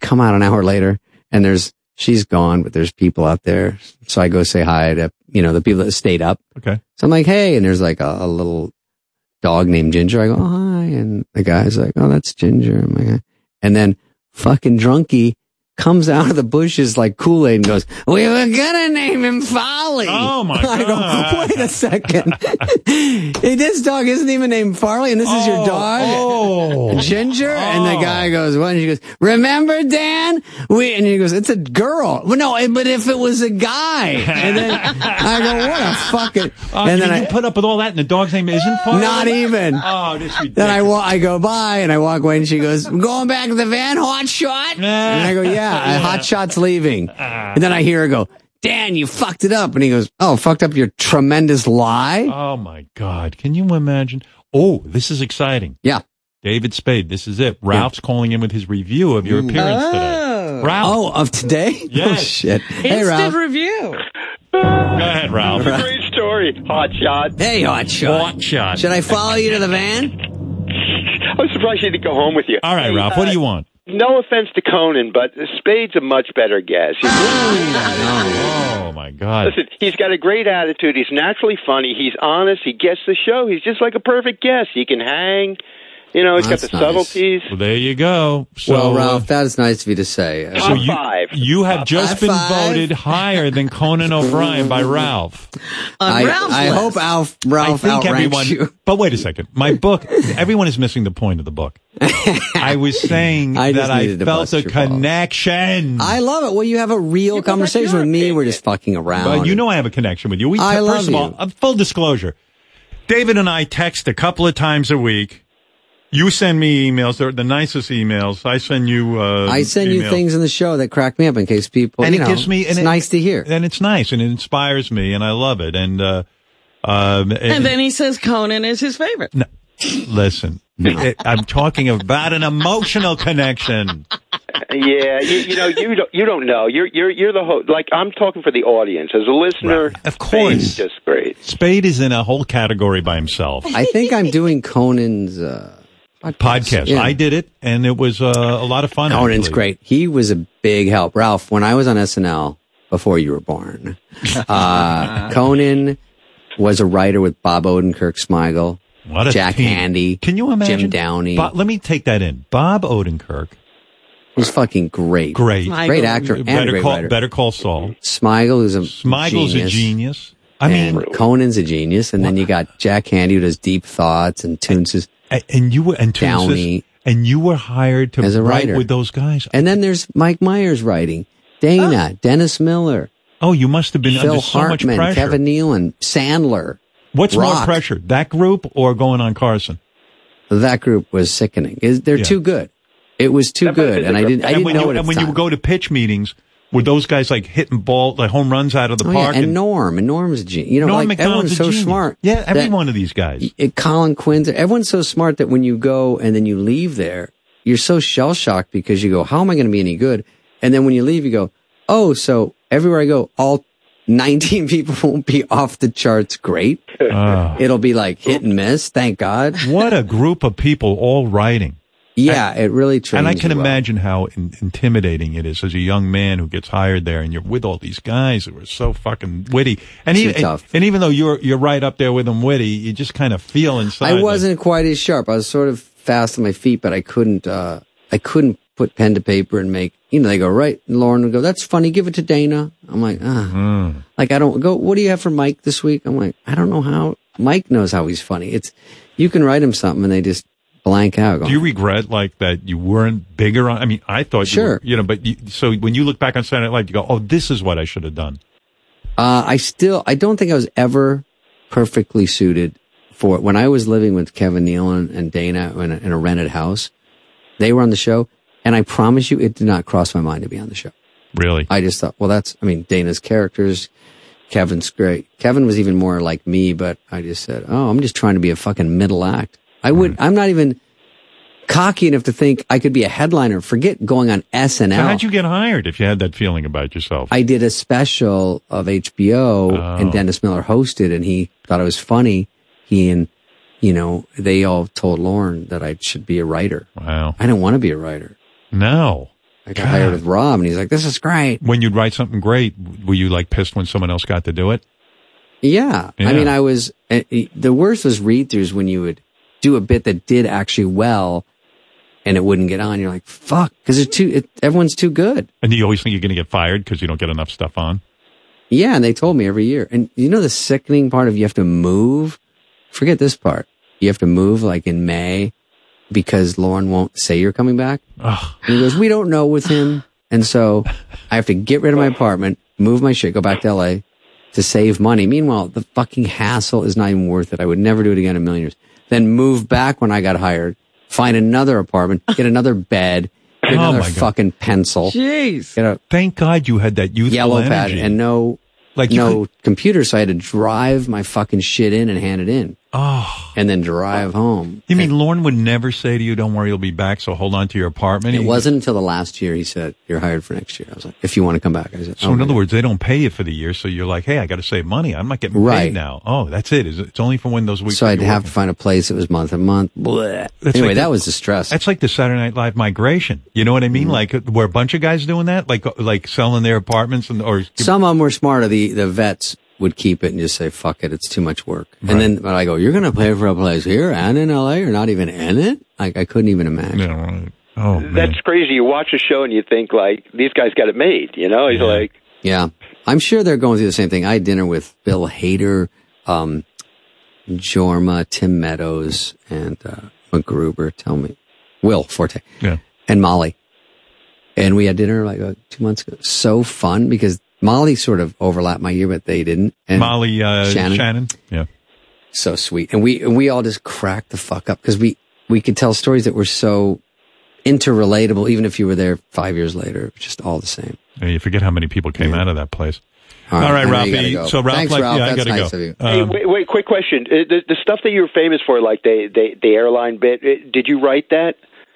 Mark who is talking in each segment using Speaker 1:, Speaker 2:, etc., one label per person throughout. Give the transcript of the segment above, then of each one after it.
Speaker 1: come out an hour later and there's, she's gone, but there's people out there. So I go say hi to, you know, the people that stayed up.
Speaker 2: Okay.
Speaker 1: So I'm like, hey, and there's like a, a little dog named Ginger. I go, oh, hi. And the guy's like, oh, that's Ginger. I'm like, "Hi." and then fucking drunky comes out of the bushes like Kool-Aid and goes, we were gonna name him Folly.
Speaker 2: Oh, my
Speaker 1: I go,
Speaker 2: God.
Speaker 1: wait a second. this dog isn't even named Farley and this is your dog.
Speaker 2: Oh.
Speaker 1: Ginger? And
Speaker 2: Oh.
Speaker 1: the guy goes, what? And she goes, remember Dan? We, and he goes, it's a girl. Well, no, eh, but if it was a guy. And then I go, what a fucking.
Speaker 2: Uh,
Speaker 1: and
Speaker 2: you
Speaker 1: then I,
Speaker 2: put up with all that, and the dog's name isn't Farley.
Speaker 1: not even.
Speaker 2: Oh, this ridiculous.
Speaker 1: Then I, wa- I go by and I walk away and she goes, I'm going back to the van, hot shot. And I go, yeah,
Speaker 2: Yeah. Uh.
Speaker 1: hot shot's leaving. And then I hear her go, Dan, you fucked it up. And he goes, oh, fucked up your tremendous lie.
Speaker 2: Oh my God! Can you imagine? Oh, this is exciting.
Speaker 1: Yeah.
Speaker 2: David Spade, this is it. Ralph's calling in with his review of your appearance today. Ralph,
Speaker 1: Oh, of today? Oh,
Speaker 2: Yes.
Speaker 1: shit. Hey, Ralph.
Speaker 3: review.
Speaker 1: Oh.
Speaker 2: go ahead, Ralph.
Speaker 4: Great story, hot shot.
Speaker 1: Hey, hot shot.
Speaker 2: Hot shot.
Speaker 1: Should I follow you to the van?
Speaker 4: I was surprised she didn't go home with you.
Speaker 2: All right,
Speaker 4: Hey,
Speaker 2: Ralph.
Speaker 4: uh,
Speaker 2: What do you want?
Speaker 4: No offense to Conan, but Spade's a much better guess.
Speaker 2: Oh my God!
Speaker 4: Listen, he's got a great attitude. He's naturally funny. He's honest. He gets the show. He's just like a perfect guest. He can hang. You know, he's
Speaker 1: That's
Speaker 4: got the
Speaker 1: nice.
Speaker 4: subtleties.
Speaker 2: Well, there you go. So,
Speaker 1: well, Ralph,
Speaker 2: uh,
Speaker 1: that is nice of you to say. Uh,
Speaker 2: so
Speaker 4: Top
Speaker 2: you
Speaker 4: five.
Speaker 2: you have just
Speaker 1: Top
Speaker 2: been
Speaker 1: five.
Speaker 2: voted higher than Conan O'Brien by Ralph.
Speaker 1: I,
Speaker 3: Ralph's
Speaker 1: I
Speaker 3: list.
Speaker 1: hope Alf, Ralph
Speaker 2: I think
Speaker 1: outranks
Speaker 2: everyone.
Speaker 1: you.
Speaker 2: But wait a second. My book. Everyone is missing the point of the book. I was saying
Speaker 1: I just
Speaker 2: that I
Speaker 1: needed to
Speaker 2: felt
Speaker 1: bust
Speaker 2: a
Speaker 1: your balls.
Speaker 2: connection.
Speaker 1: I love it. Well, you have a real conversation with me. We're just fucking around.
Speaker 2: Well, you know I have a connection with you. We,
Speaker 1: I love
Speaker 2: first of all,
Speaker 1: you.
Speaker 2: uh, full disclosure, David and I text a couple of times a week. You send me emails; they're the nicest emails. I send you. Uh,
Speaker 1: I send you
Speaker 2: emails.
Speaker 1: things in the show that crack me up in case people.
Speaker 2: and
Speaker 1: you
Speaker 2: it
Speaker 1: know,
Speaker 2: gives me. And
Speaker 1: it's
Speaker 2: it-
Speaker 1: nice to hear.
Speaker 2: and it's nice, and it inspires me, and I love it. And uh, um,
Speaker 3: And then he says Conan is his favorite.
Speaker 2: listen, it- I'm talking about an emotional connection.
Speaker 4: Yeah, you, you know, you don't, you don't know. You're you're you're the host. Like I'm talking for the audience as a listener.
Speaker 2: Right. Of
Speaker 4: Spade's
Speaker 2: course.
Speaker 4: just great.
Speaker 2: Spade is in a whole category by himself.
Speaker 1: I think I'm doing Conan's uh, podcast.
Speaker 2: Podcast.
Speaker 1: Yeah.
Speaker 2: I did it, and it was uh, a lot of fun.
Speaker 1: Conan's
Speaker 2: actually.
Speaker 1: great. He was a big help. Ralph, when I was on SNL before you were born, uh, Conan was a writer with Bob Odenkirk, Smigel,
Speaker 2: What a
Speaker 1: Jack
Speaker 2: team.
Speaker 1: Handy.
Speaker 2: Can you imagine?
Speaker 1: Jim Downey.
Speaker 2: Bo- let me take that in. Bob Odenkirk,
Speaker 1: It was fucking great.
Speaker 2: great.
Speaker 3: My-
Speaker 1: Great actor and a
Speaker 2: better
Speaker 1: great
Speaker 2: call,
Speaker 1: writer.
Speaker 2: better call Saul.
Speaker 1: Smigel, who's a
Speaker 2: Smigel's a genius. I
Speaker 1: and
Speaker 2: mean,
Speaker 1: Conan's a genius, and then you got Jack Handy who does deep thoughts and tunes his.
Speaker 2: a- and you were and Toons
Speaker 1: Downey.
Speaker 2: is- and you were hired to
Speaker 1: As a
Speaker 2: write
Speaker 1: writer.
Speaker 2: with those guys.
Speaker 1: And then there's Mike Myers writing, Dana, Dennis Miller,
Speaker 2: oh, you must have been
Speaker 1: Phil
Speaker 2: Ah. under so much
Speaker 1: Hartman,
Speaker 2: pressure.
Speaker 1: Kevin Nealon, Sandler.
Speaker 2: What's more
Speaker 1: Rock.
Speaker 2: pressure, that group or going on Carson?
Speaker 1: That group was sickening. Is- They're
Speaker 2: Yeah.
Speaker 1: too good. It was too
Speaker 4: might've
Speaker 1: good,
Speaker 4: been
Speaker 1: and
Speaker 4: the
Speaker 1: I
Speaker 4: group.
Speaker 1: didn't. I
Speaker 2: and
Speaker 1: didn't
Speaker 2: when
Speaker 1: know
Speaker 2: you
Speaker 1: it at
Speaker 2: and
Speaker 1: the
Speaker 2: when
Speaker 1: time.
Speaker 2: you go to pitch meetings, were those guys like hitting ball, like home runs out of the
Speaker 1: oh, yeah,
Speaker 2: park?
Speaker 1: and Norm, and Norm's a genius. You know,
Speaker 2: Norm
Speaker 1: like everyone's
Speaker 2: McDonald's a
Speaker 1: so
Speaker 2: genius.
Speaker 1: smart.
Speaker 2: Yeah, every
Speaker 1: that-
Speaker 2: one of these guys.
Speaker 1: it, Colin Quinn, everyone's so smart that when you go and then you leave there, you're so shell shocked because you go, how am I going to be any good? And then when you leave, you go, oh, so everywhere I go, all 19 people won't be off the charts great.
Speaker 2: Ah.
Speaker 1: It'll be like hit and miss. Thank God.
Speaker 2: what a group of people all writing.
Speaker 1: Yeah, it really trains
Speaker 2: and I can
Speaker 1: you well.
Speaker 2: imagine how in- intimidating it is as a young man who gets hired there, and you're with all these guys who are so fucking witty. And
Speaker 1: Too
Speaker 2: even and,
Speaker 1: tough.
Speaker 2: even though you're you're right up there with them, witty, you just kind of feel inside.
Speaker 1: I
Speaker 2: like,
Speaker 1: wasn't quite as sharp. I was sort of fast on my feet, but I couldn't. Uh, I couldn't put pen to paper and make. You know, they go right. And Lauren would go, "That's funny. Give it to Dana." I'm like, ah,
Speaker 2: Hmm.
Speaker 1: like I don't go. What do you have for Mike this week? I'm like, I don't know how. Mike knows how he's funny. It's you can write him something and they just blank out.
Speaker 2: do
Speaker 1: Going,
Speaker 2: you regret like that you weren't bigger on? I mean, I thought you,
Speaker 1: Sure.
Speaker 2: were- you know, but you, so when you look back on Saturday Night Live, you go, "Oh, this is what I should have done."
Speaker 1: Uh, I still, I don't think I was ever perfectly suited for it. When I was living with Kevin Nealon and Dana in a, in a rented house, they were on the show, and I promise you, it did not cross my mind to be on the show.
Speaker 2: Really,
Speaker 1: I just thought, well, that's, I mean, Dana's characters. Kevin's great. Kevin was even more like me, but I just said, oh, I'm just trying to be a fucking middle act. I
Speaker 2: Mm-hmm.
Speaker 1: would, I'm not even cocky enough to think I could be a headliner. Forget going on SNL.
Speaker 2: so how'd you get hired if you had that feeling about yourself?
Speaker 1: I did a special of HBO
Speaker 2: Oh.
Speaker 1: and Dennis Miller hosted and he thought it was funny. He and, you know, they all told Lauren that I should be a writer.
Speaker 2: wow,
Speaker 1: I don't want to be a writer.
Speaker 2: no,
Speaker 1: I got hired with Rob, and he's like, "This is great."
Speaker 2: When you'd write something great, were you like pissed when someone else got to do it?
Speaker 1: Yeah.
Speaker 2: Yeah.
Speaker 1: I mean, I was, eh, eh, the worst was read throughs when you would do a bit that did actually well and it wouldn't get on. You're like, fuck, cause it's too, it, everyone's too good.
Speaker 2: And do you always think you're going to get fired because you don't get enough stuff on?
Speaker 1: Yeah. And they told me every year. And you know, the sickening part of you have to move, forget this part. You have to move like in May because Lauren won't say you're coming back.
Speaker 2: Ugh.
Speaker 1: And he goes, we don't know with him. And so I have to get rid of my apartment, move my shit, go back to LA to save money. Meanwhile, the fucking hassle is not even worth it. I would never do it again in a million years. Then move back when I got hired, find another apartment, get another bed, get
Speaker 2: Oh
Speaker 1: another
Speaker 2: my God.
Speaker 1: fucking pencil,
Speaker 3: Jeez.
Speaker 1: get a
Speaker 2: Thank God you had that youthful
Speaker 1: yellow pad
Speaker 2: energy.
Speaker 1: and no,
Speaker 2: like you
Speaker 1: no
Speaker 2: could-
Speaker 1: computer. So I had to drive my fucking shit in and hand it in
Speaker 2: oh,
Speaker 1: and then drive home.
Speaker 2: you mean Lorne would never say to you, "Don't worry, you'll be back." So hold on to your apartment.
Speaker 1: It
Speaker 2: He-
Speaker 1: wasn't until the last year he said, you're hired for next year. I was like, if you want to come back. I said,
Speaker 2: So
Speaker 1: "Oh
Speaker 2: in
Speaker 1: my
Speaker 2: other
Speaker 1: God."
Speaker 2: words, they don't pay you for the year. So you're like, "Hey, I got to save money. I'm not getting paid
Speaker 1: Right.
Speaker 2: now." Oh, that's it. Is it- It's only for when those weeks.
Speaker 1: So
Speaker 2: that
Speaker 1: I'd
Speaker 2: you're
Speaker 1: have
Speaker 2: working.
Speaker 1: to find a place that was month to month. Bleh.
Speaker 2: That's
Speaker 1: Anyway,
Speaker 2: like
Speaker 1: that
Speaker 2: the-
Speaker 1: was the stress.
Speaker 2: That's like the Saturday Night Live migration. You know what I mean?
Speaker 1: Mm-hmm.
Speaker 2: Like were a bunch of guys doing that, like uh, like selling their apartments and or
Speaker 1: Some of them were smarter. The the vets would keep it and just say, "Fuck it, it's too much work." And then, but I go, "You're going to pay for a place here and in LA, or not even in it?" Like I couldn't even imagine.
Speaker 2: You know, right. oh, man.
Speaker 4: That's crazy. You watch a show and you think like these guys got it made. You know, he's
Speaker 2: Yeah.
Speaker 4: like,
Speaker 1: Yeah, I'm sure they're going through the same thing. I had dinner with Bill Hader, um, Jorma, Tim Meadows, and uh, McGruber. Tell me, Will Forte.
Speaker 2: yeah.
Speaker 1: and Molly. And we had dinner like uh, two months ago. So fun because Molly sort of overlapped my year, but they didn't. And
Speaker 2: Molly uh, Shannon.
Speaker 1: Shannon.
Speaker 2: Yeah.
Speaker 1: so sweet. And we and we all just cracked the fuck up because we we could tell stories that were so interrelatable, even if you were there five years later, just all the same.
Speaker 2: Yeah, You forget how many people came out of that place. All right,
Speaker 1: I know you
Speaker 2: Ralphie.
Speaker 1: gotta go.
Speaker 2: So Ralph,
Speaker 1: Thanks,
Speaker 2: like,
Speaker 1: Ralph.
Speaker 2: yeah, I
Speaker 1: That's
Speaker 2: gotta
Speaker 1: nice
Speaker 2: go.
Speaker 1: of you.
Speaker 4: hey,
Speaker 2: Um,
Speaker 4: wait, wait, quick question. Uh, The, the stuff that you were famous for, like the, the, the airline bit, uh, did you write that?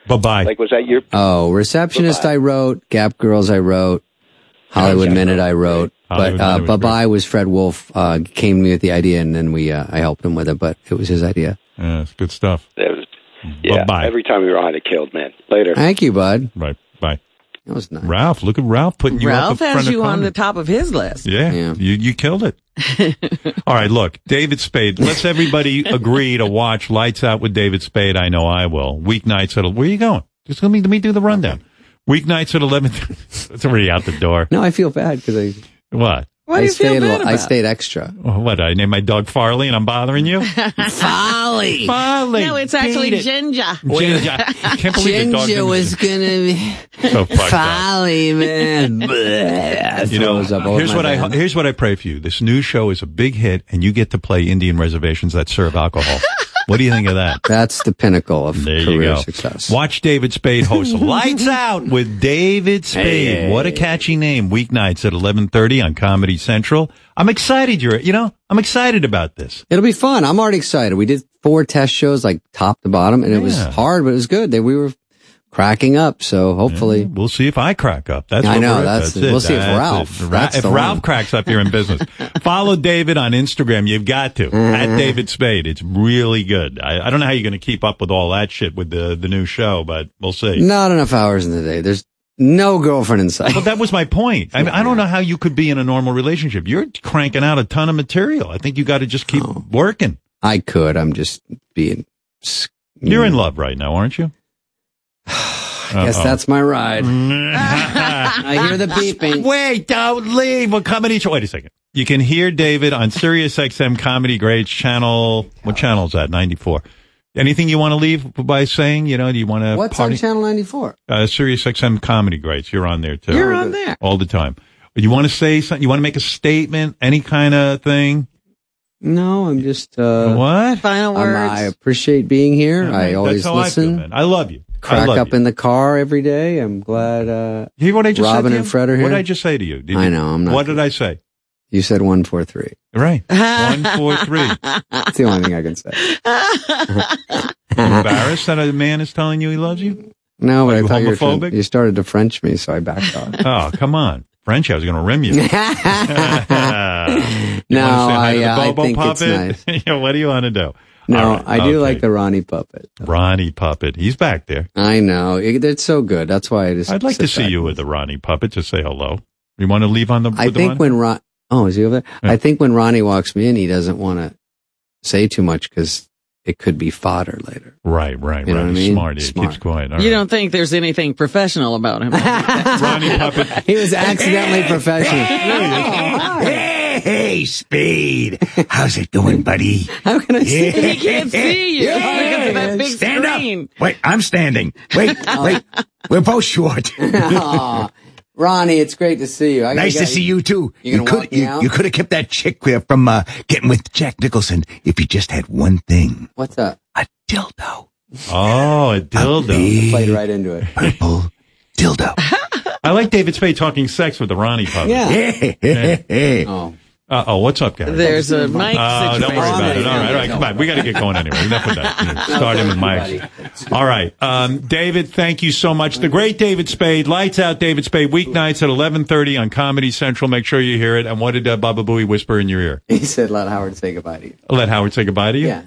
Speaker 2: bye bye.
Speaker 4: Like, was that your?
Speaker 1: Oh, receptionist, I wrote. Gap Girls, I wrote. Hollywood
Speaker 4: Yeah,
Speaker 1: Minute, I wrote.
Speaker 2: Hollywood
Speaker 1: but uh,
Speaker 2: Minute was
Speaker 1: Bye Bye was Fred Wolf. Uh, came to me with the idea, and then we uh, I helped him with it. But it was his idea.
Speaker 2: yeah, it's good stuff.
Speaker 4: That was, yeah.
Speaker 2: Bye-bye.
Speaker 4: Every time we were on, it killed, man. Later.
Speaker 1: Thank you, bud.
Speaker 2: Right. Bye.
Speaker 1: That was nice.
Speaker 2: Ralph, look at Ralph putting you
Speaker 3: Ralph
Speaker 2: up in front
Speaker 3: has
Speaker 2: of
Speaker 3: you on
Speaker 2: Conan.
Speaker 3: the top of his list.
Speaker 2: Yeah,
Speaker 1: Yeah.
Speaker 2: You, you killed it. All right, look, David Spade. Let's everybody agree to watch Lights Out with David Spade. I know I will. Weeknights at where are you going? Just let me let me do the rundown. Weeknights at eleven. it's already out the door.
Speaker 1: No, I feel bad because I
Speaker 2: What?
Speaker 3: What
Speaker 1: I
Speaker 3: do you feel
Speaker 1: stayed.
Speaker 3: bad about?
Speaker 1: I stayed extra.
Speaker 2: What? I named my dog Farley, and I'm bothering you.
Speaker 1: Folly.
Speaker 2: Farley.
Speaker 3: No, it's actually
Speaker 2: beat it.
Speaker 3: Ginger.
Speaker 2: Ginger. I can't believe the
Speaker 1: Ginger
Speaker 2: dog didn't-
Speaker 1: was gonna be
Speaker 2: so fucked up.
Speaker 1: folly, man. Bleh.
Speaker 2: You know,
Speaker 1: Throws up all
Speaker 2: here's
Speaker 1: my
Speaker 2: what I
Speaker 1: bed.
Speaker 2: here's what I pray for you. This new show is a big hit, and you get to play Indian reservations that serve alcohol. what do you think of that?
Speaker 1: That's the pinnacle of
Speaker 2: There you
Speaker 1: career
Speaker 2: go.
Speaker 1: success.
Speaker 2: Watch David Spade host Lights Out with David Spade.
Speaker 1: Hey.
Speaker 2: What a catchy name. Weeknights at 11:30 on Comedy Central. I'm excited you're, you know, I'm excited about this.
Speaker 1: It'll be fun. I'm already excited. We did four test shows, like top to bottom, and it was
Speaker 2: Yeah.
Speaker 1: hard, but it was good. That we were cracking up. So hopefully,
Speaker 2: We'll see if I crack up. That's
Speaker 1: I
Speaker 2: what
Speaker 1: know,
Speaker 2: We're at.
Speaker 1: that's-
Speaker 2: it.
Speaker 1: we'll see if
Speaker 2: That's
Speaker 1: Ralph-
Speaker 2: it. Ra-
Speaker 1: that's
Speaker 2: if
Speaker 1: the
Speaker 2: Ralph
Speaker 1: one.
Speaker 2: cracks up, you're in business. Follow David on Instagram. You've got to
Speaker 1: Mm-hmm.
Speaker 2: at David Spade. It's really good. I, I don't know how you're going to keep up with all that shit with the the new show, but we'll see.
Speaker 1: not enough hours in the day. There's no girlfriend in sight.
Speaker 2: But that was my point. I, mean, I don't know how you could be in a normal relationship. You're cranking out a ton of material. I think you got to just keep
Speaker 1: Oh.
Speaker 2: working.
Speaker 1: I could. I'm just being. s-
Speaker 2: You're
Speaker 1: Mm.
Speaker 2: in love right now, aren't you?
Speaker 1: I guess
Speaker 2: Uh-oh.
Speaker 1: that's my ride. I hear the beeping.
Speaker 2: Wait, don't leave. We're coming each. Wait a second. You can hear David on Sirius XM Comedy Grades channel. What channel is that? 94. Anything you want to leave by saying? You know, do you want to
Speaker 1: What's
Speaker 2: party?
Speaker 1: on Channel 94?
Speaker 2: uh, Sirius XM Comedy Grades. You're on there too.
Speaker 3: You're on there.
Speaker 2: All the time. You want to say something? You want to make a statement? Any kind of thing?
Speaker 1: No, I'm just. Uh,
Speaker 2: what?
Speaker 3: Final
Speaker 1: I'm-
Speaker 3: words.
Speaker 1: I appreciate being here. I
Speaker 2: That's
Speaker 1: always
Speaker 2: how I, feel,
Speaker 1: listen.
Speaker 2: man. I love you. I
Speaker 1: crack
Speaker 2: love
Speaker 1: up
Speaker 2: you.
Speaker 1: in the car every day. I'm glad uh,
Speaker 2: You hear what I just said
Speaker 1: Robin
Speaker 2: to
Speaker 1: and
Speaker 2: you?
Speaker 1: Fred are
Speaker 2: What
Speaker 1: here.
Speaker 2: did I just say to you? Did
Speaker 1: I
Speaker 2: you-
Speaker 1: know, I'm not
Speaker 2: What did I say?
Speaker 1: you said 143.
Speaker 2: Right. One, four, three.
Speaker 1: That's the only thing I can say.
Speaker 2: embarrassed that a man is telling you he loves you?
Speaker 1: No, but
Speaker 2: Are
Speaker 1: I
Speaker 2: you
Speaker 1: thought you were trying-
Speaker 2: homophobic?
Speaker 1: you started to French me, so I backed off.
Speaker 2: Oh, come on. French, I was going to rim you. no,
Speaker 1: no, I, uh, I think it's nice.
Speaker 2: yeah, what do you want to do?
Speaker 1: No,
Speaker 2: All right,
Speaker 1: I do
Speaker 2: okay.
Speaker 1: like the Ronnie puppet.
Speaker 2: Ronnie puppet. He's back there.
Speaker 1: I know it, it's so good. That's why I just.
Speaker 2: I'd like
Speaker 1: sit
Speaker 2: to see
Speaker 1: back.
Speaker 2: you with the Ronnie puppet. Just say hello. You want to leave on the?
Speaker 1: I
Speaker 2: with the
Speaker 1: think
Speaker 2: Ronnie?
Speaker 1: when Ron. Oh, is he over there?
Speaker 2: Yeah.
Speaker 1: I think when Ronnie walks me in, he doesn't want to say too much because it could be fodder later.
Speaker 2: right, right,
Speaker 1: You know
Speaker 2: right.
Speaker 1: what I
Speaker 2: He's
Speaker 1: mean?
Speaker 2: Smart. He
Speaker 1: Smart.
Speaker 2: keeps quiet. All
Speaker 3: You
Speaker 2: right.
Speaker 3: don't think there's anything professional about him.
Speaker 2: Ronnie puppet.
Speaker 1: He was accidentally professional.
Speaker 5: Hey, hey, Spade. How's it going, buddy?
Speaker 1: How can I say?
Speaker 3: he can't see you because of that big
Speaker 5: Stand
Speaker 3: screen.
Speaker 5: up. Wait, I'm standing. Wait, wait. We're both short.
Speaker 1: Aw. Ronnie, it's great to see you. I gotta
Speaker 5: Nice to
Speaker 1: get-
Speaker 5: see you too.
Speaker 1: You gonna walk
Speaker 5: could
Speaker 1: me
Speaker 5: you,
Speaker 1: out?
Speaker 5: you could have kept that chick there from uh, getting with Jack Nicholson if you just had one thing:
Speaker 1: What's up?
Speaker 5: a dildo,
Speaker 2: Oh, a dildo.
Speaker 1: Played right into it.
Speaker 5: purple dildo.
Speaker 1: Oh.
Speaker 2: I like David Spade talking sex with the Ronnie puppet.
Speaker 1: Yeah.
Speaker 5: Hey, hey, hey.
Speaker 1: Oh.
Speaker 2: Uh oh, what's up, guys?
Speaker 3: There's a mic
Speaker 2: Oh, don't
Speaker 3: situation.
Speaker 2: worry about it. All right, all right. Come on. We got to get going anyway. Enough with that. Starting with Mike. All right. Um, David, thank you so much. The great David Spade. Lights out, David Spade. Weeknights at 1130 on Comedy Central. Make sure you hear it. And what did uh, Baba Booey whisper in your ear?
Speaker 1: He said, let Howard say goodbye to you.
Speaker 2: Let Howard say goodbye to you?
Speaker 1: Yeah.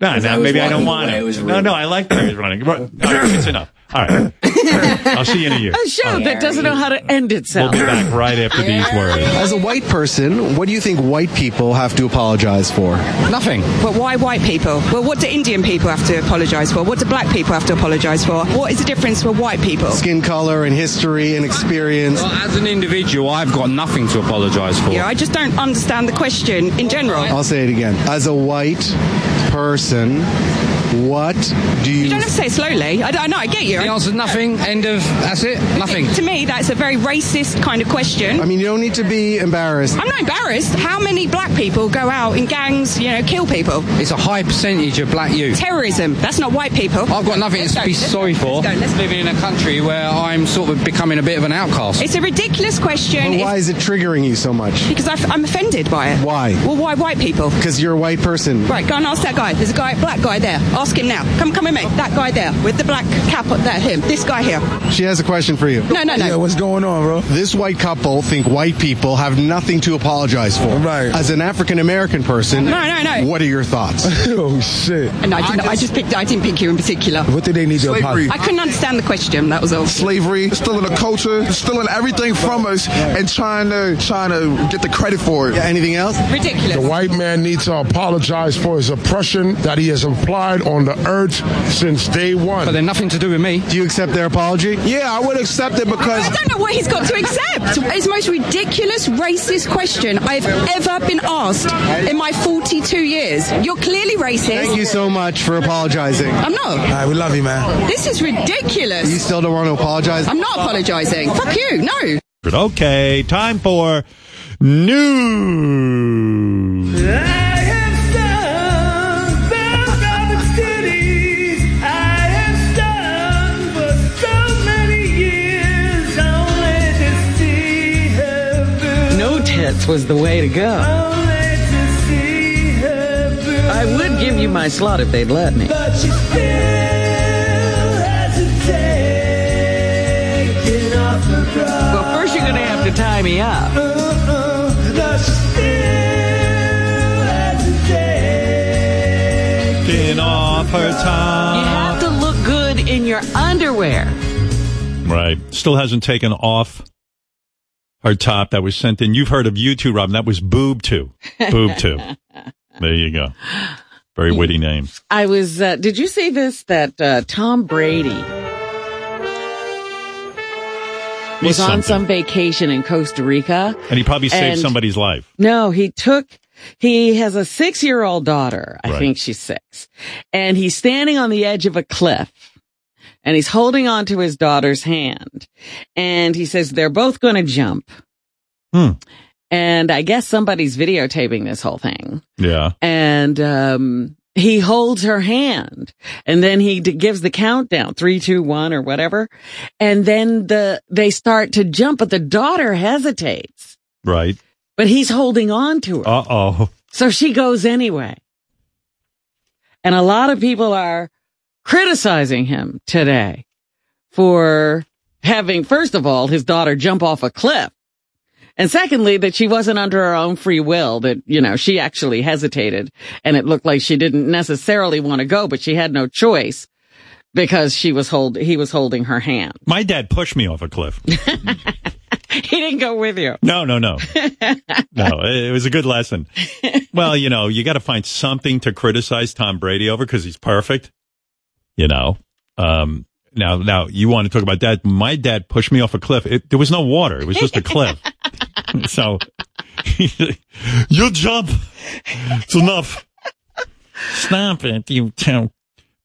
Speaker 2: No,
Speaker 1: I
Speaker 2: no,
Speaker 1: was
Speaker 2: maybe I don't
Speaker 1: walking
Speaker 2: want
Speaker 1: away,
Speaker 2: it.
Speaker 1: it was
Speaker 2: No,
Speaker 1: rude.
Speaker 2: no, I like that he's running. All right, it's enough. All right. I'll see you in a year.
Speaker 1: Oh,
Speaker 3: A show that doesn't know how to end
Speaker 2: We'll
Speaker 3: itself.
Speaker 2: be back right after these words.
Speaker 6: As a white person, what do you think white people have to apologize for? Nothing.
Speaker 7: But why white people? Well, what do Indian people have to apologise for? What do black people have to apologise for? What is the difference for white people?
Speaker 6: Skin color and history and experience.
Speaker 8: As an individual, I've got nothing to apologise for.
Speaker 7: Yeah, I just don't understand the question in general.
Speaker 6: I'll say it again. As a white person, what do
Speaker 7: You
Speaker 6: you
Speaker 7: don't have to say it slowly. I don't know. I get you.
Speaker 8: The answer's nothing. End of. That's it. Nothing.
Speaker 7: To me, that's a very racist kind of question.
Speaker 6: I mean, you don't need to be embarrassed.
Speaker 7: I'm not embarrassed. How many black people go out in gangs, you know, kill people?
Speaker 8: It's a high percentage of black youth.
Speaker 7: Terrorism. That's not white people.
Speaker 8: I've got nothing
Speaker 7: Let's
Speaker 8: to
Speaker 7: go,
Speaker 8: be
Speaker 7: let's
Speaker 8: sorry
Speaker 7: go,
Speaker 8: for.
Speaker 7: let's go, let's go.
Speaker 8: Living in a country where I'm sort of becoming a bit of an outcast.
Speaker 7: It's a ridiculous question.
Speaker 6: But why
Speaker 7: It's-
Speaker 6: is it triggering you so much?
Speaker 7: because I f- I'm offended by it.
Speaker 6: Why?
Speaker 7: Well, why white people?
Speaker 6: Because you're a white person.
Speaker 7: Right, go and ask that guy. There's a guy, black guy there. Ask him now. Come, come with me. That guy there with the black cap. There, him. This guy here.
Speaker 6: She has a question for you.
Speaker 7: No, no, no.
Speaker 9: what's going on, bro?
Speaker 6: This white couple think white people have nothing to apologize for.
Speaker 9: Right.
Speaker 6: As an African American person,
Speaker 7: No, no, no.
Speaker 6: what are your thoughts?
Speaker 9: Oh shit!
Speaker 7: no, I, didn't, I, just, picked. I didn't pick you in particular.
Speaker 9: What do they need to apologize?
Speaker 7: I couldn't understand the question. That was all.
Speaker 9: Slavery, still in the culture, still in everything from us, and trying to trying to get the credit for it.
Speaker 6: Anything else?
Speaker 7: Ridiculous.
Speaker 10: The white man needs to apologize for his oppression that he has implied on the earth since day one.
Speaker 8: But they're nothing to do with me.
Speaker 6: Do you accept their apology?
Speaker 9: Yeah, I would accept it because
Speaker 7: I don't know what he's got to accept. It's the most ridiculous, racist question I've ever been asked in my 42 years. You're clearly
Speaker 6: Thank
Speaker 7: racist.
Speaker 6: you so much for apologizing.
Speaker 7: I'm not.
Speaker 9: All right, we love you, man.
Speaker 7: This is
Speaker 6: You
Speaker 7: ridiculous.
Speaker 6: still don't want to apologize?
Speaker 7: I'm not apologising. Fuck you. No.
Speaker 2: Okay, time for news.
Speaker 3: No tits was the way to go. I would give you my slot if they'd let me. Well, first you're gonna have to tie me up.
Speaker 2: Taking off her
Speaker 3: You
Speaker 2: top.
Speaker 3: have to look good in your underwear.
Speaker 2: Right. Still hasn't taken off her top that was sent in. You've heard of U2, Robin. That was Boob 2. Boob Hmm. 2. There you go. Very witty name.
Speaker 3: I was. Uh, did you see this? That uh, Tom Brady was
Speaker 2: He's
Speaker 3: on
Speaker 2: something.
Speaker 3: some vacation in Costa Rica.
Speaker 2: And he probably saved
Speaker 3: and-
Speaker 2: somebody's life.
Speaker 3: No, he took, he has a six year old daughter. I
Speaker 2: Right.
Speaker 3: think she's six and he's standing on the edge of a cliff and he's holding on to his daughter's hand and he says they're both going to jump.
Speaker 2: Hmm.
Speaker 3: And I guess somebody's videotaping this whole thing
Speaker 2: Yeah.
Speaker 3: and, um, he holds her hand and then he d- gives the countdown three, two, one or whatever. And then the, they start to jump, but the daughter hesitates,
Speaker 2: Right.
Speaker 3: but he's holding on to her.
Speaker 2: Uh oh.
Speaker 3: So she goes anyway. And a lot of people are criticizing him today for having, first of all, his daughter jump off a cliff And secondly, that she wasn't under her own free will, that, you know, she actually hesitated and it looked like she didn't necessarily want to go, but she had no choice because she was hold, he was holding her hand.
Speaker 2: My dad pushed me off a cliff.
Speaker 3: He didn't go with you.
Speaker 2: No, no, no. no, it it was a good lesson. Well, you know, you got to find something to criticize Tom Brady over because he's perfect. You know, um, now, now you want to talk about that. My dad pushed me off a cliff. It, there was no water. It was just a cliff. so you jump. It's enough. Stop it. You too.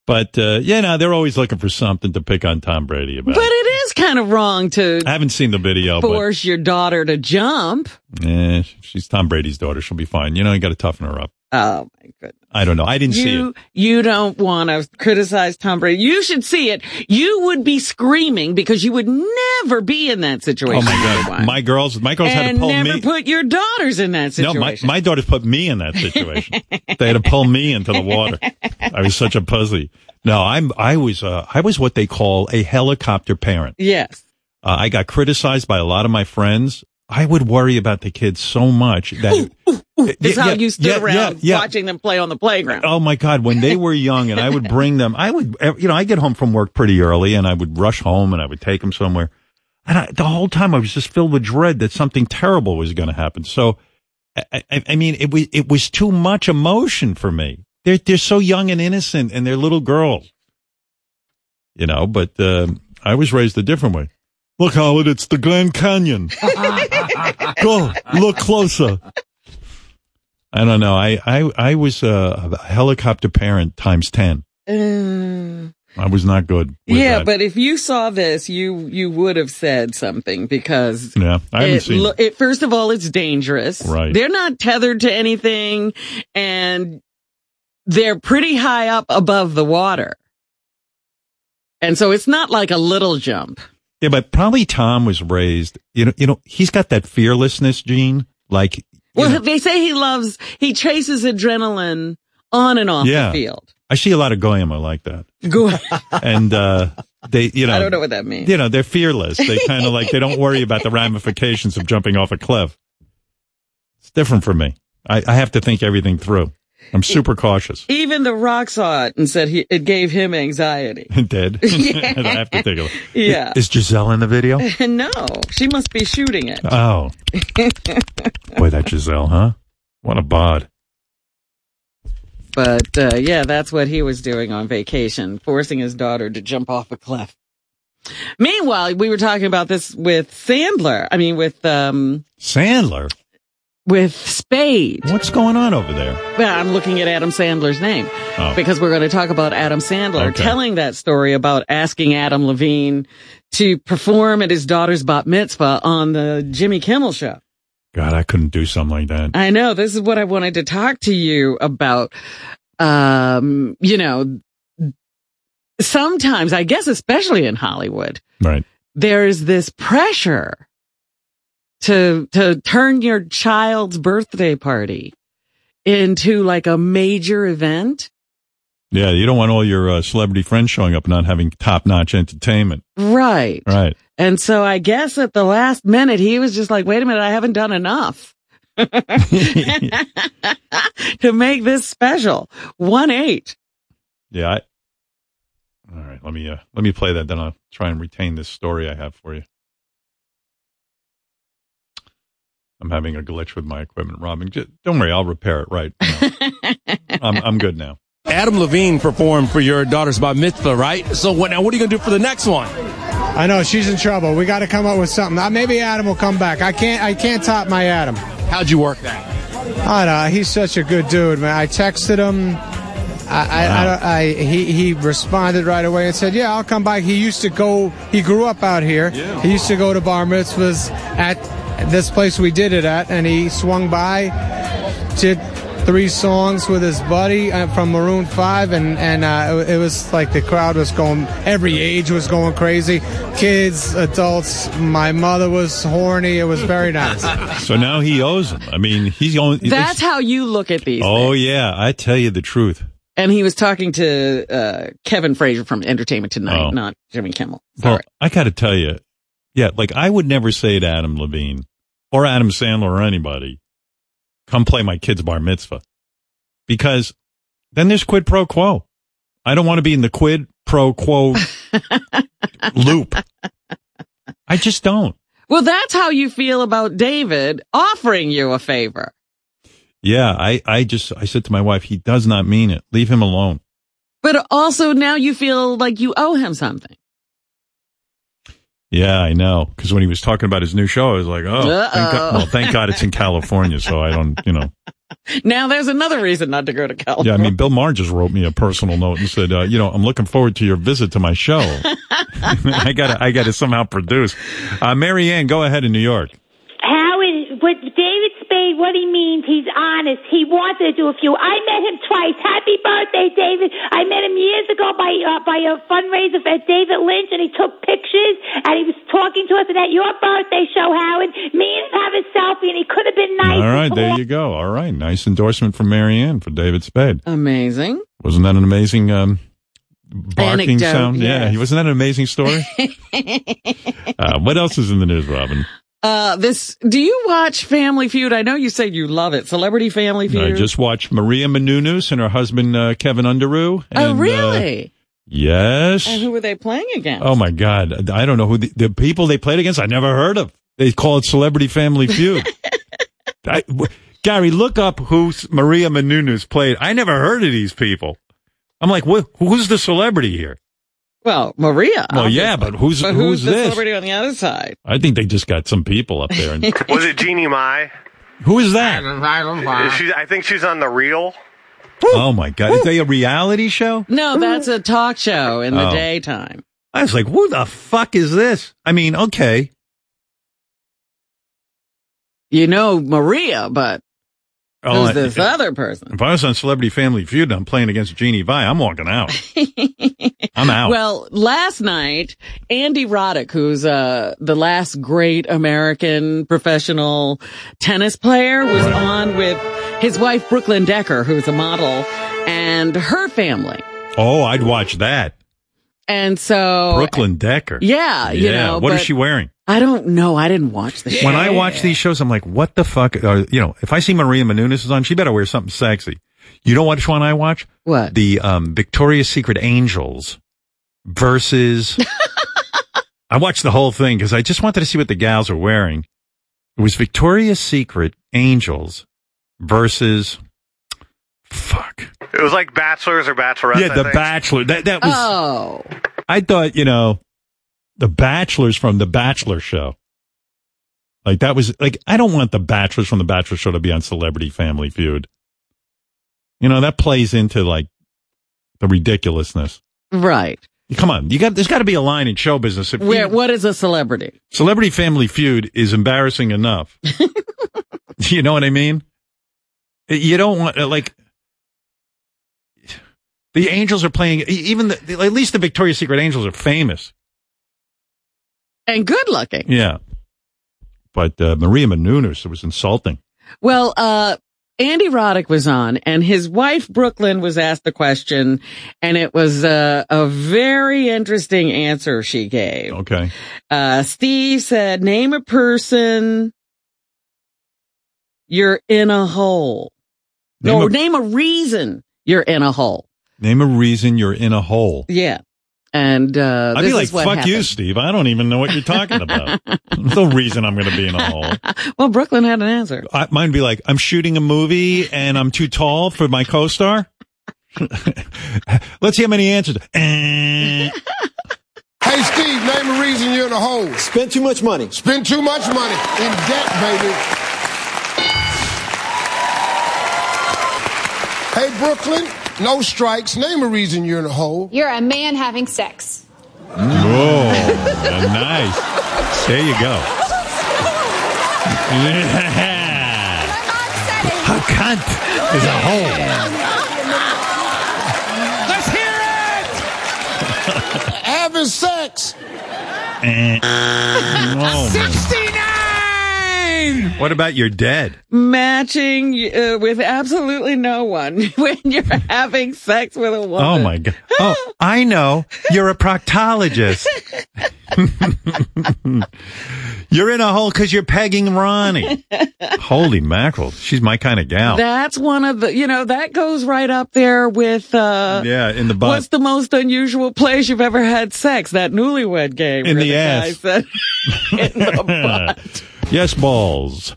Speaker 2: But, uh, yeah, no, they're always looking for something to pick on Tom Brady about.
Speaker 3: But it is kind of wrong to
Speaker 2: I haven't seen the video, but
Speaker 3: force your daughter to jump.
Speaker 2: Eh, she's Tom Brady's daughter. She'll be fine. You know, you got to toughen her up.
Speaker 3: Oh my goodness.
Speaker 2: I don't know. I didn't see
Speaker 3: You,
Speaker 2: it.
Speaker 3: you don't want to criticize Tom Brady. You should see it. You would be screaming because you would never be in that situation.
Speaker 2: Oh my god! My girls, my girls had to
Speaker 3: and
Speaker 2: pull
Speaker 3: never
Speaker 2: me.
Speaker 3: put your daughters in that
Speaker 2: no, my,
Speaker 3: situation.
Speaker 2: my daughters put me in that situation. they had to pull me into the water. I was such a pussy. No, I'm. I was. Uh, I was what they call a helicopter parent.
Speaker 3: yes.
Speaker 2: Uh, I got criticized by a lot of my friends. I would worry about the kids so much that.
Speaker 3: It's
Speaker 2: Yeah,
Speaker 3: how
Speaker 2: yeah,
Speaker 3: you stood
Speaker 2: yeah,
Speaker 3: around
Speaker 2: yeah, yeah.
Speaker 3: watching them play on the playground.
Speaker 2: Oh my God. When they were young and I would bring them, I would, you know, I get home from work pretty early and I would rush home and I would take them somewhere. And I, the whole time I was just filled with dread that something terrible was going to happen. So I, I, I mean, it was, it was too much emotion for me. They're, they're so young and innocent and they're little girls, you know, but, uh, I was raised a different way. Look, Howard, it's the Grand Canyon. Go look closer. I don't know. I, I, I was a, a helicopter parent times 10.
Speaker 3: Uh,
Speaker 2: I was not good. with
Speaker 3: yeah,
Speaker 2: that.
Speaker 3: but if you saw this, you you would have said something because
Speaker 2: Yeah, I haven't
Speaker 3: it
Speaker 2: seen
Speaker 3: lo- it. First of all, it's dangerous.
Speaker 2: Right.
Speaker 3: They're not tethered to anything, and they're pretty high up above the water, and so it's not like a little jump.
Speaker 2: Yeah, but probably Tom was raised, you know, you know, he's got that fearlessness gene. Like,
Speaker 3: Well, they say he loves he chases adrenaline on and off
Speaker 2: yeah.
Speaker 3: the field.
Speaker 2: I see a lot of Goyama like that.
Speaker 3: Go-
Speaker 2: And, uh, they, you know,
Speaker 3: I don't know what that means.
Speaker 2: you know, they're fearless. They kind of like, they don't worry about the ramifications of jumping off a cliff. It's different for me. I, I have to think everything through. I'm super cautious.
Speaker 3: Even the rock saw it and said he, it gave him anxiety.
Speaker 2: Dead.
Speaker 3: Yeah.
Speaker 2: I have to take a look.
Speaker 3: Yeah.
Speaker 2: Is Giselle in the video?
Speaker 3: no, she must be shooting it.
Speaker 2: Oh. Boy, that Giselle, huh? What a bod.
Speaker 3: But uh, yeah, that's what he was doing on vacation, forcing his daughter to jump off a cliff. Meanwhile, we were talking about this with Sandler. I mean, with um,
Speaker 2: Sandler?
Speaker 3: with Spade.
Speaker 2: What's going on over there?
Speaker 3: Well, I'm looking at Adam Sandler's name
Speaker 2: Oh.
Speaker 3: because we're going to talk about Adam Sandler
Speaker 2: Okay.
Speaker 3: telling that story about asking Adam Levine to perform at his daughter's bat mitzvah on the Jimmy Kimmel show.
Speaker 2: God, I couldn't do something like that.
Speaker 3: I know. This is what I wanted to talk to you about. Um, you know, sometimes, I guess, especially in Hollywood,
Speaker 2: Right.
Speaker 3: there is this pressure to, to turn your child's birthday party into like a major event.
Speaker 2: Yeah, you don't want all your uh, celebrity friends showing up not having top notch entertainment.
Speaker 3: Right.
Speaker 2: Right.
Speaker 3: And so I guess at the last minute, he was just like, wait a minute, I haven't done enough to make this special. One eight.
Speaker 2: Yeah. I... All right. Let me, uh, let me play that. Then I'll try and retain this story I have for you. I'm having a glitch with my equipment, Robin. Just, don't worry. I'll repair it right now. I'm, I'm good now.
Speaker 11: Adam Levine performed for your daughter's bar mitzvah, right? So what, now what are you going to do for the next one?
Speaker 12: I know she's in trouble. We got to come up with something. Uh, Maybe Adam will come back. I can't. I can't top my Adam.
Speaker 11: How'd you work that?
Speaker 12: I don't know. He's such a good dude, man. I texted him. I, I, I, don't- I he he responded right away and said, "Yeah, I'll come by." He used to go. He grew up out here.
Speaker 13: Yeah.
Speaker 12: He used to go to bar mitzvahs at this place we did it at, and he swung by, did three songs with his buddy uh, from Maroon Five, and and uh, it, it was like the crowd was going. Every age was going crazy. Kids, adults. My mother was horny. It was very nice.
Speaker 2: So now he owes him. I mean, he's on.
Speaker 3: That's how you look at these.
Speaker 2: Oh yeah, I tell you the truth.
Speaker 3: And he was talking to uh, Kevin Frazier from Entertainment
Speaker 2: Oh.
Speaker 3: Tonight, not Jimmy Kimmel.
Speaker 2: Well, I got to tell you, yeah, like I would never say to Adam Levine, or Adam Sandler or anybody, come play my kid's bar mitzvah. Because then there's quid pro quo. I don't want to be in the quid pro quo loop. I just don't.
Speaker 3: Well, that's how you feel about David offering you a favor.
Speaker 2: Yeah, I, I just, I said to my wife, he does not mean it. Leave him alone.
Speaker 3: But also now you feel like you owe him something.
Speaker 2: Yeah, I know. Because when he was talking about his new show, I was like, oh, thank God,
Speaker 3: Uh-oh.
Speaker 2: well, thank God it's in California, so I don't, you know.
Speaker 3: Now there's another reason not to go to California.
Speaker 2: Yeah, I mean, Bill Maher just wrote me a personal note and said, uh, you know, I'm looking forward to your visit to my show. I gotta, I gotta somehow produce. Uh, Mary Ann, go ahead in New York.
Speaker 13: How is with David Spade? What he means? He's honest. He wants to do a few. I met him twice. Happy birthday, David! I met him years ago by uh, by a fundraiser at David Lynch, and he took pictures and he was talking to us. And at your birthday show, Howard, me and him have a selfie, and he could have been nice.
Speaker 2: All right, there you go. All right, nice endorsement from Mary Ann for David Spade.
Speaker 3: Amazing.
Speaker 2: Wasn't that an amazing um, barking
Speaker 3: Anecdote,
Speaker 2: sound? Yeah, he wasn't that an amazing story? uh, what else is in the news, Robin?
Speaker 3: Uh, this, do you watch Family Feud? I know you said you love it. Celebrity Family Feud.
Speaker 2: I just watched Maria Menounos and her husband uh, Kevin Underwood. And,
Speaker 3: oh,
Speaker 2: uh,
Speaker 3: really?
Speaker 2: yes.
Speaker 3: and who were they playing against?
Speaker 2: Oh my God! I don't know who the, the people they played against. I never heard of. They call it Celebrity Family Feud. I, w- Gary, look up who s- Maria Menounos played. I never heard of these people. I'm like, wh- who's the celebrity here?
Speaker 3: Well, Maria.
Speaker 2: Well, yeah, but who's-
Speaker 3: but
Speaker 2: who's
Speaker 3: who's, the
Speaker 2: this?
Speaker 3: celebrity on the other side?
Speaker 2: I think they just got some people up there. And,
Speaker 14: Was it Jeannie Mai?
Speaker 2: who is that?
Speaker 14: She's, I think she's on the real.
Speaker 2: Oh my God! Is they a reality show?
Speaker 3: No, that's a talk show in the
Speaker 2: Oh.
Speaker 3: daytime.
Speaker 2: I was like, who the fuck is this? I mean, okay,
Speaker 3: You know Maria, but
Speaker 2: Oh, I-
Speaker 3: who's this other person?
Speaker 2: if I was on Celebrity Family Feud and I'm playing against Jeannie Vi, I'm walking out. I'm out.
Speaker 3: Well, last night, Andy Roddick, who's uh, the last great American professional tennis player, was on with his wife, Brooklyn Decker, who's a model, and her family.
Speaker 2: oh, I'd watch that.
Speaker 3: And so,
Speaker 2: Brooklyn Decker.
Speaker 3: Oh, Yeah, you
Speaker 2: yeah.
Speaker 3: know,
Speaker 2: what is
Speaker 3: but-
Speaker 2: she wearing?
Speaker 3: I don't know. I didn't watch the show.
Speaker 2: When I watch these shows, I'm like, what the fuck? Are, you know, if I see Maria Menounos is on, she better wear something sexy. You know which one I watch?
Speaker 3: What?
Speaker 2: The um, Victoria's Secret Angels versus. I watched the whole thing because I just wanted to see what the gals are wearing. It was Victoria's Secret Angels versus.
Speaker 14: It was like Bachelors or Bachelorettes.
Speaker 2: yeah,
Speaker 14: I
Speaker 2: The
Speaker 14: think.
Speaker 2: Bachelor. That, that was.
Speaker 3: Oh.
Speaker 2: I thought, you know, the bachelors from the bachelor show. Like that was like I don't want the bachelors from the bachelor show to be on Celebrity Family Feud. You know, that plays into like the ridiculousness.
Speaker 3: Right.
Speaker 2: Come on, you got there's got to be a line in show business if
Speaker 3: Where, what is a celebrity?
Speaker 2: Celebrity Family Feud is embarrassing enough. you know what I mean? You don't want uh, like the Angels are playing. e- Even the, the- at least the Victoria's Secret Angels are famous.
Speaker 3: And good looking.
Speaker 2: Yeah, but uh, Maria Menounos it was insulting.
Speaker 3: Well, uh, Andy Roddick was on and his wife Brooklyn was asked the question and it was uh, a very interesting answer she gave.
Speaker 2: Okay.
Speaker 3: Uh, Steve said, name a person you're in a hole.
Speaker 2: Name
Speaker 3: no,
Speaker 2: a-
Speaker 3: name a reason you're in a hole.
Speaker 2: Name a reason you're in a hole.
Speaker 3: Yeah. And, uh,
Speaker 2: I'd
Speaker 3: this
Speaker 2: be like,
Speaker 3: is what
Speaker 2: "Fuck you,
Speaker 3: happened.
Speaker 2: Steve! I don't even know what you're talking about. There's no reason I'm going to be in a hole."
Speaker 3: Well, Brooklyn had an answer.
Speaker 2: I, mine'd be like, I'm shooting a movie and I'm too tall for my co-star. Let's see how many answers. Eh.
Speaker 10: Hey, Steve, name a reason you're in a hole. Spent too much money. Spent too much money. In debt, baby. hey, Brooklyn, no strikes. Name a reason you're in a hole.
Speaker 15: You're a man having sex.
Speaker 2: Whoa, nice. There you go. Her cunt is a hole.
Speaker 10: Let's hear it! Having sex.
Speaker 2: Eh. Oh, my-
Speaker 10: 69!
Speaker 2: What about you're dead?
Speaker 3: matching uh, with absolutely no one when you're having sex with a woman.
Speaker 2: Oh my god! Oh, I know. You're a proctologist. you're in a hole because you're pegging Ronnie. Holy mackerel! She's my kind of gal.
Speaker 3: That's one of the, you know, that goes right up there with, uh,
Speaker 2: yeah, in the butt.
Speaker 3: what's the most unusual place you've ever had sex? That newlywed game.
Speaker 2: In
Speaker 3: where
Speaker 2: the
Speaker 3: guy
Speaker 2: ass.
Speaker 3: said-
Speaker 2: yes, balls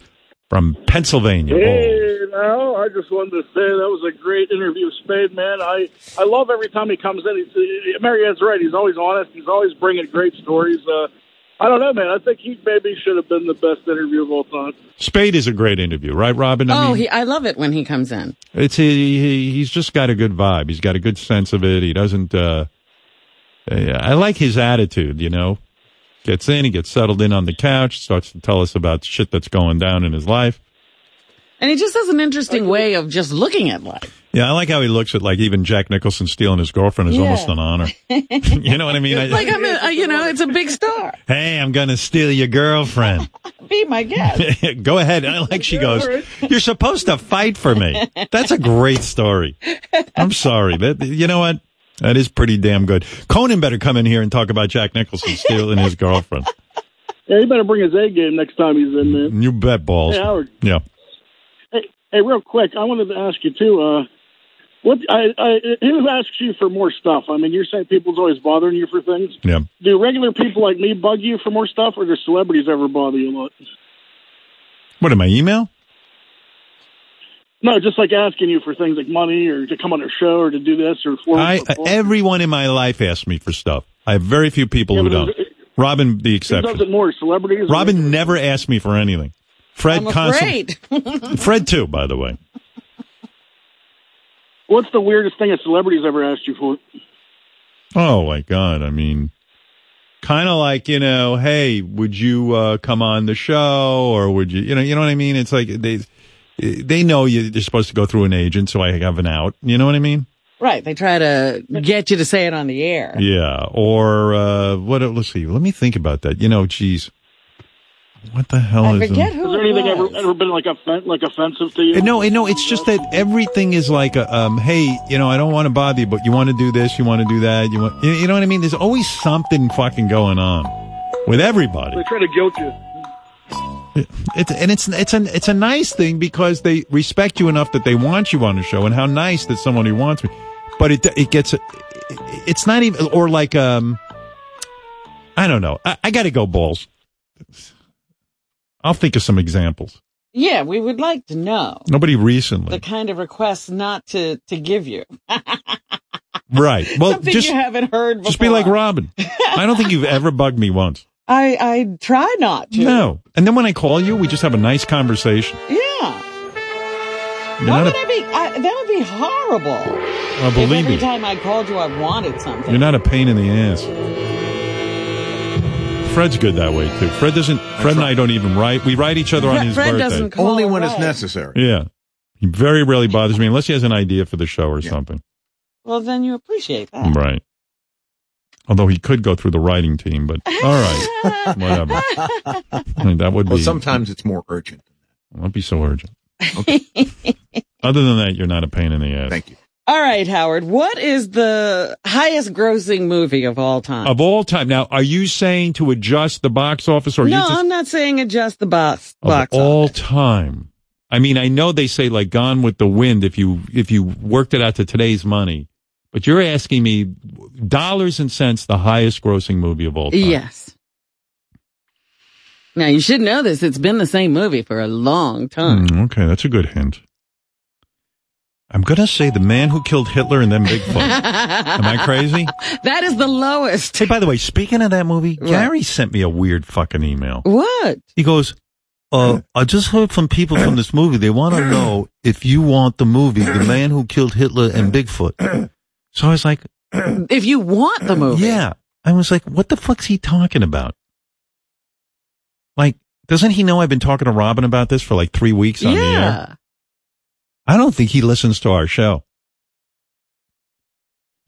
Speaker 2: from Pennsylvania. Balls.
Speaker 16: Hey, now I just wanted to say that was a great interview, Spade man. I I love every time he comes in. He's, Mary Ann's right. He's always honest. He's always bringing great stories. Uh, I don't know, man. I think he maybe should have been the best interview of all time.
Speaker 2: Spade is a great interview, right, Robin? I
Speaker 3: oh,
Speaker 2: mean,
Speaker 3: he, I love it when he comes in.
Speaker 2: It's he, he he's just got a good vibe. He's got a good sense of it. He doesn't. uh yeah, I like his attitude. You know, gets in, he gets settled in on the couch, starts to tell us about shit that's going down in his life.
Speaker 3: And he just has an interesting way of just looking at life.
Speaker 2: Yeah, I like how he looks at like even Jack Nicholson stealing his girlfriend is
Speaker 3: Yeah.
Speaker 2: almost an honor. you know what I mean? I-
Speaker 3: like I'm, a, I- uh, you know, it's a big star.
Speaker 2: hey, I'm gonna steal your girlfriend.
Speaker 3: Be my guest.
Speaker 2: Go ahead. I like she goes. You're supposed to fight for me. That's a great story. I'm sorry, but you know what? That is pretty damn good. Conan better come in here and talk about Jack Nicholson stealing his girlfriend.
Speaker 16: Yeah, he better bring his A game next time he's in, man.
Speaker 2: You bet balls.
Speaker 16: Hey, Howard.
Speaker 2: Yeah.
Speaker 16: Hey, hey, real quick, I wanted to ask you too. Uh, what I, I who asks you for more stuff? I mean, you're saying people's always bothering you for things.
Speaker 2: Yeah.
Speaker 16: Do regular people like me bug you for more stuff, or do celebrities ever bother you a lot?
Speaker 2: What am I email?
Speaker 16: No, just like asking you for things like money, or to come on their show, or to do this, or for
Speaker 2: I everyone in my life asks me for stuff. I have very few people who don't. Robin the
Speaker 16: Who
Speaker 2: exception.
Speaker 16: does it more, celebrities?
Speaker 2: Robin never asked me for anything. Fred
Speaker 16: I'm
Speaker 2: constantly
Speaker 16: afraid.
Speaker 2: Fred too, by the way.
Speaker 16: What's the weirdest thing a celebrity's ever asked you for?
Speaker 2: Oh my God. I mean, kind of like, you know, hey, would you, uh, come on the show or would you, you know, you know what I mean? It's like they, they know you, you're supposed to go through an agent. So I have an out. You know what I mean?
Speaker 3: Right. They try to get you to say it on the air.
Speaker 2: Yeah. Or, uh, what, let's see. Let me think about that. You know, geez, what the hell is
Speaker 16: Is there anything ever ever been like offen- like offensive to you?
Speaker 2: Uh, No, uh, no, it's just that everything is like, a, um, hey, you know, I don't want to bother you, but you want to do this, you want to do that, you want, you- you know what I mean? There's always something fucking going on with everybody.
Speaker 16: They try to guilt you.
Speaker 2: It's, and it's, it's an, it's a nice thing because they respect you enough that they want you on the show and how nice that somebody wants me. But it, it gets, it's not even, or like, um, I don't know. I, I gotta go balls. I'll think of some examples.
Speaker 3: Yeah, we would like to know
Speaker 2: Nobody recently.
Speaker 3: the kind of requests not to, to give you.
Speaker 2: Right. Well,
Speaker 3: Something
Speaker 2: Oh, just,
Speaker 3: you haven't heard before.
Speaker 2: Just be like Robin. I don't think you've ever bugged me once.
Speaker 3: I, I try not to.
Speaker 2: No. And then when I call you, we just have a nice conversation.
Speaker 3: Yeah. Why
Speaker 2: You're not
Speaker 3: would
Speaker 2: a,
Speaker 3: I be? I, that would be horrible.
Speaker 2: Oh, believe
Speaker 3: if every
Speaker 2: me.
Speaker 3: time I called you, I wanted something.
Speaker 2: you're not a pain in the ass. Fred's good that way too. Fred doesn't. Fred and I don't even write. We write each other on his birthday.
Speaker 5: Only when it's necessary.
Speaker 2: Yeah. He very rarely bothers me unless he has an idea for the show or something.
Speaker 3: Well, then you appreciate that.
Speaker 2: Right. Although he could go through the writing team, but all right, whatever. I mean, that would
Speaker 5: Well,
Speaker 2: be.
Speaker 5: sometimes it's more urgent.
Speaker 2: Don't be so urgent. Other than that, you're not a pain in the ass. Thank you.
Speaker 3: All right, Howard. What is the highest grossing movie of all time?
Speaker 2: Of all time. Now, are you saying to adjust the box office or
Speaker 3: no,
Speaker 2: you just
Speaker 3: I'm not saying adjust the box.
Speaker 2: of all time? I mean, I know they say like Gone with the Wind if you if you worked it out to today's money, but you're asking me dollars and cents the highest grossing movie of all time.
Speaker 3: Yes. Now you should know this. It's been the same movie for a long time.
Speaker 2: Hmm, okay, that's a good hint. I'm gonna say the man who killed Hitler and then Bigfoot. Am I crazy?
Speaker 3: That is the lowest.
Speaker 2: Hey, by the way, speaking of that movie, Gary sent me a weird fucking email.
Speaker 3: What?
Speaker 2: He goes, uh, I just heard from people from this movie. They want to know if you want the movie, The Man Who Killed Hitler and Bigfoot. So I was like,
Speaker 3: If you want the movie.
Speaker 2: Yeah. I was like, what the fuck's he talking about? Like, doesn't he know I've been talking to Robin about this for like three weeks on the
Speaker 3: Yeah.
Speaker 2: air? I don't think he listens to our show.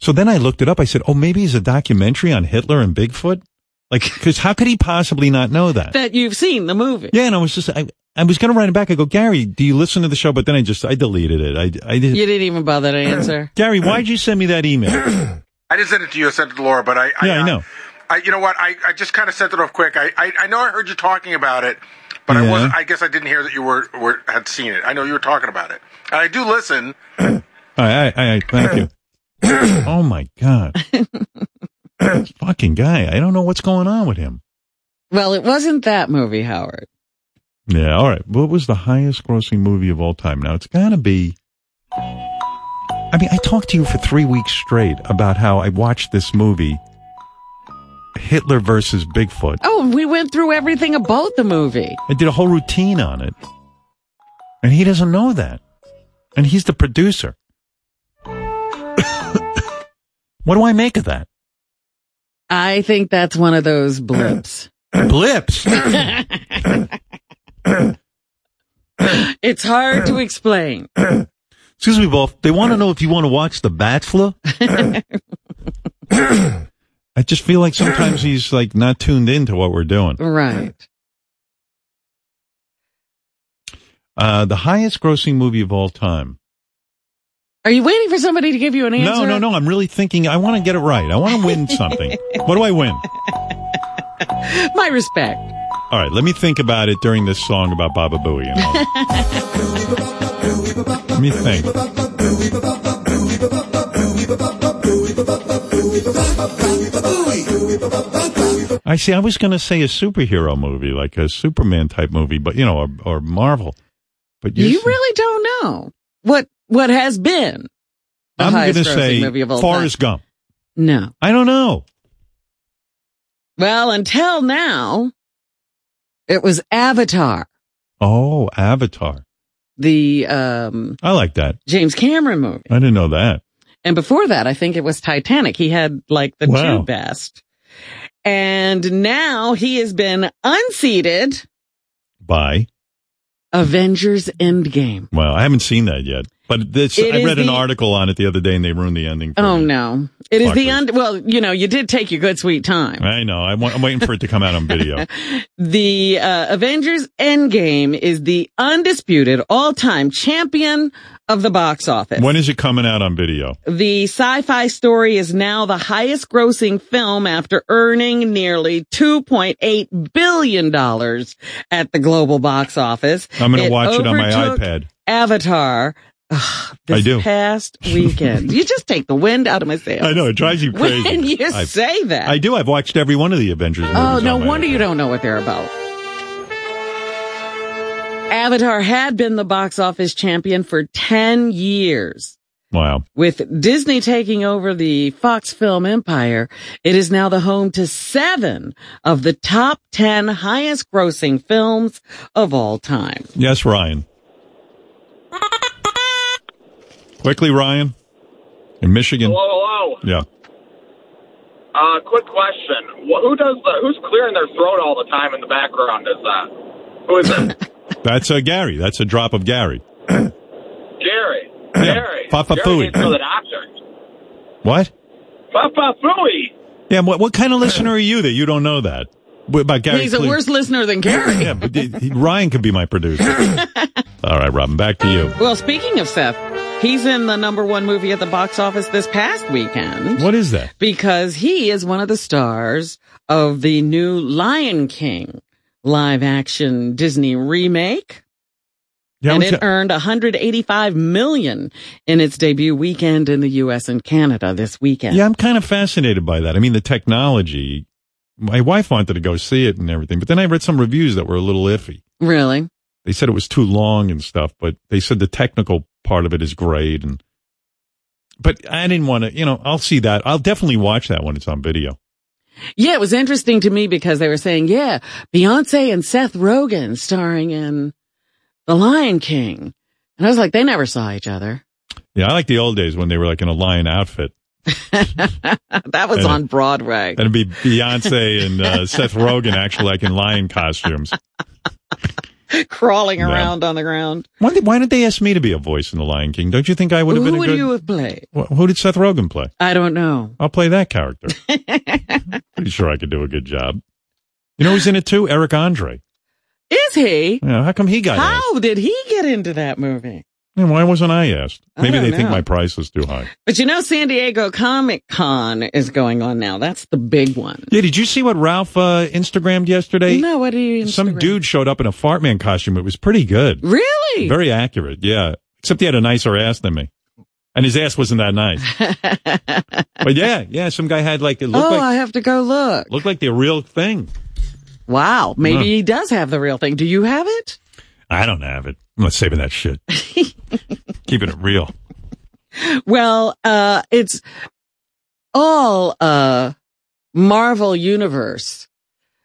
Speaker 2: So then I looked it up. I said, oh, maybe it's a documentary on Hitler and Bigfoot. Like, cause how could he possibly not know that?
Speaker 3: That you've seen the movie.
Speaker 2: Yeah, and I was just, I, I was going to write him back. I go, Gary, do you listen to the show? But then I just, I deleted it. I, I did.
Speaker 3: You didn't even bother to answer.
Speaker 2: Gary, why'd you send me that email?
Speaker 14: I didn't send it to you. I sent it to Laura, but I, I
Speaker 2: yeah, I know.
Speaker 14: I, you know what? I, I just kind of sent it off quick. I, I, I know I heard you talking about it, but I
Speaker 2: Yeah.
Speaker 14: wasn't. I guess I didn't hear that you were, were had seen it. I know you were talking about it. And I do listen.
Speaker 2: All right, all right, all right, thank you. oh my god, This fucking guy! I don't know what's going on with him.
Speaker 3: Well, it wasn't that movie, Howard.
Speaker 2: Yeah, all right. What was the highest grossing movie of all time? Now it's gotta be. I mean, I talked to you for three weeks straight about how I watched this movie, Hitler versus Bigfoot.
Speaker 3: Oh, and we went through everything about the movie.
Speaker 2: I did a whole routine on it, and he doesn't know that, and he's the producer. what do I make of that?
Speaker 3: I think that's one of those blips.
Speaker 2: Blips.
Speaker 3: it's hard to explain.
Speaker 2: Excuse me, both. They want to know if you want to watch The Bachelor. I just feel like sometimes he's like not tuned into what we're doing.
Speaker 3: Right.
Speaker 2: Uh, the highest grossing movie of all time.
Speaker 3: Are you waiting for somebody to give you an answer?
Speaker 2: No, no, no. I'm really thinking. I want to get it right. I want to win something. what do I win?
Speaker 3: My respect.
Speaker 2: All right, let me think about it during this song about Baba Booey. And all. let me think. I see. I was going to say a superhero movie, like a Superman type movie, but you know, or, or Marvel. But
Speaker 3: You,
Speaker 2: you're saying-
Speaker 3: really don't know what what has been the
Speaker 2: I'm going
Speaker 3: highest
Speaker 2: to
Speaker 3: grossing
Speaker 2: say
Speaker 3: movie of all
Speaker 2: Forrest
Speaker 3: time.
Speaker 2: Gump.
Speaker 3: No.
Speaker 2: I don't know.
Speaker 3: Well, until now, it was Avatar,
Speaker 2: Oh, Avatar.
Speaker 3: the um,
Speaker 2: I like that.
Speaker 3: James Cameron movie,
Speaker 2: I didn't know that.
Speaker 3: and before that, I think it was Titanic. He had like the
Speaker 2: Wow.
Speaker 3: two best, and now he has been unseated.
Speaker 2: Bye.
Speaker 3: Avengers Endgame.
Speaker 2: Well, I haven't seen that yet, but this,
Speaker 3: It
Speaker 2: I
Speaker 3: is
Speaker 2: read an
Speaker 3: the-
Speaker 2: article on it the other day, and they ruined the ending. For
Speaker 3: Oh
Speaker 2: me.
Speaker 3: no! It is the
Speaker 2: Fuckers.
Speaker 3: un- well, you know, you did take your good sweet time.
Speaker 2: I know. I want, I'm waiting for it to come out on video.
Speaker 3: The uh, Avengers Endgame is the undisputed all-time champion of the box office.
Speaker 2: when is it coming out on video?
Speaker 3: The sci-fi story is now the highest grossing film after earning nearly $2.8 billion at the global box office.
Speaker 2: I'm gonna watch it on my
Speaker 3: overtook
Speaker 2: iPad.
Speaker 3: Avatar. ugh, this
Speaker 2: I do.
Speaker 3: past weekend. you just take the wind out of my sails.
Speaker 2: I know it drives you crazy.
Speaker 3: When you
Speaker 2: I-
Speaker 3: say that.
Speaker 2: I do. I've watched every one of the Avengers. Movies
Speaker 3: Oh,
Speaker 2: on
Speaker 3: no
Speaker 2: my-
Speaker 3: wonder you don't know what they're about. Avatar had been the box office champion for 10 years.
Speaker 2: Wow.
Speaker 3: With Disney taking over the Fox film empire, it is now the home to seven of the top 10 highest grossing films of all time.
Speaker 2: Yes, Ryan. Quickly, Ryan. In Michigan.
Speaker 17: Hello, hello.
Speaker 2: Yeah.
Speaker 17: Uh, quick question. Wh- Who does the, who's clearing their throat all the time in the background? Is that who is it?
Speaker 2: That's a Gary. That's a drop of Gary.
Speaker 17: Jerry.
Speaker 2: Yeah.
Speaker 17: Jerry.
Speaker 2: Papa
Speaker 17: Jerry
Speaker 2: Fooey.
Speaker 17: needs to go to the doctor.
Speaker 2: What?
Speaker 17: Papa Fooey.
Speaker 2: Yeah. What, what kind of listener are you that you don't know that? What About Gary
Speaker 3: He's a
Speaker 2: Clear-
Speaker 3: worse listener than Gary.
Speaker 2: Yeah, but he- he- Ryan could be my producer. All right, Robin, back to you.
Speaker 3: Well, speaking of Seth, he's in the number one movie at the box office this past weekend.
Speaker 2: What is that?
Speaker 3: Because he is one of the stars of the new Lion King live action Disney remake.
Speaker 2: Yeah,
Speaker 3: and
Speaker 2: what's
Speaker 3: it
Speaker 2: that-
Speaker 3: earned 185 million in its debut weekend in the U.S. and Canada this weekend.
Speaker 2: Yeah, I'm kind of fascinated by that. I mean, the technology. My wife wanted to go see it and everything, but then I read some reviews that were a little iffy.
Speaker 3: Really?
Speaker 2: They said it was too long and stuff, but they said the technical part of it is great. And but I didn't want to. You know, I'll see that. I'll definitely watch that when it's on video.
Speaker 3: Yeah, it was interesting to me because they were saying, yeah, Beyonce and Seth Rogen starring in The Lion King. And I was like, they never saw each other.
Speaker 2: Yeah, I like the old days when they were like in a lion outfit.
Speaker 3: That was
Speaker 2: And-
Speaker 3: on Broadway.
Speaker 2: And it'd be Beyonce and uh, Seth Rogen actually like in lion costumes.
Speaker 3: crawling
Speaker 2: Yeah.
Speaker 3: around on the ground.
Speaker 2: Why did, why did they ask me to be a voice in The Lion King? Don't you think I would have
Speaker 3: Who
Speaker 2: been a
Speaker 3: would
Speaker 2: good?
Speaker 3: you have played?
Speaker 2: Wh- Who did Seth Rogen play?
Speaker 3: I don't know.
Speaker 2: I'll play that character. Pretty sure I could do a good job. You know who's in it too? Eric Andre.
Speaker 3: Is he?
Speaker 2: Yeah, how come he got asked?
Speaker 3: How did he get into that movie?
Speaker 2: Yeah, why wasn't I asked?
Speaker 3: I
Speaker 2: Maybe
Speaker 3: don't
Speaker 2: they think
Speaker 3: know.
Speaker 2: my price is too high.
Speaker 3: But you know, San Diego Comic Con is going on now. That's the big one.
Speaker 2: Yeah, did you see what Ralph uh, Instagrammed yesterday?
Speaker 3: no, what do you?
Speaker 2: Some dude showed up in a fart man costume. It was pretty good.
Speaker 3: Really?
Speaker 2: Very accurate, yeah. Except he had a nicer ass than me. And his ass wasn't that nice. but yeah, yeah, some guy had like, it looked
Speaker 3: Oh,
Speaker 2: like,
Speaker 3: I have to go look.
Speaker 2: looked like the real thing.
Speaker 3: Wow, maybe
Speaker 2: Huh.
Speaker 3: he does have the real thing. Do you have it?
Speaker 2: I don't have it. I'm not saving that shit. Keeping it real.
Speaker 3: Well, uh, it's all uh, Marvel Universe.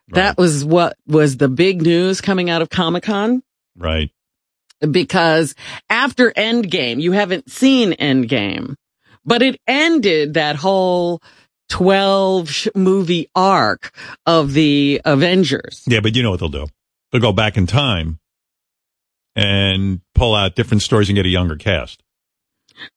Speaker 3: That was what was the big news coming out of Comic Con
Speaker 2: Right.
Speaker 3: because after Endgame, you haven't seen Endgame, but it ended that whole 12 sh- movie arc of the Avengers.
Speaker 2: Yeah, but you know what they'll do. They'll go back in time and pull out different stories and get a younger cast.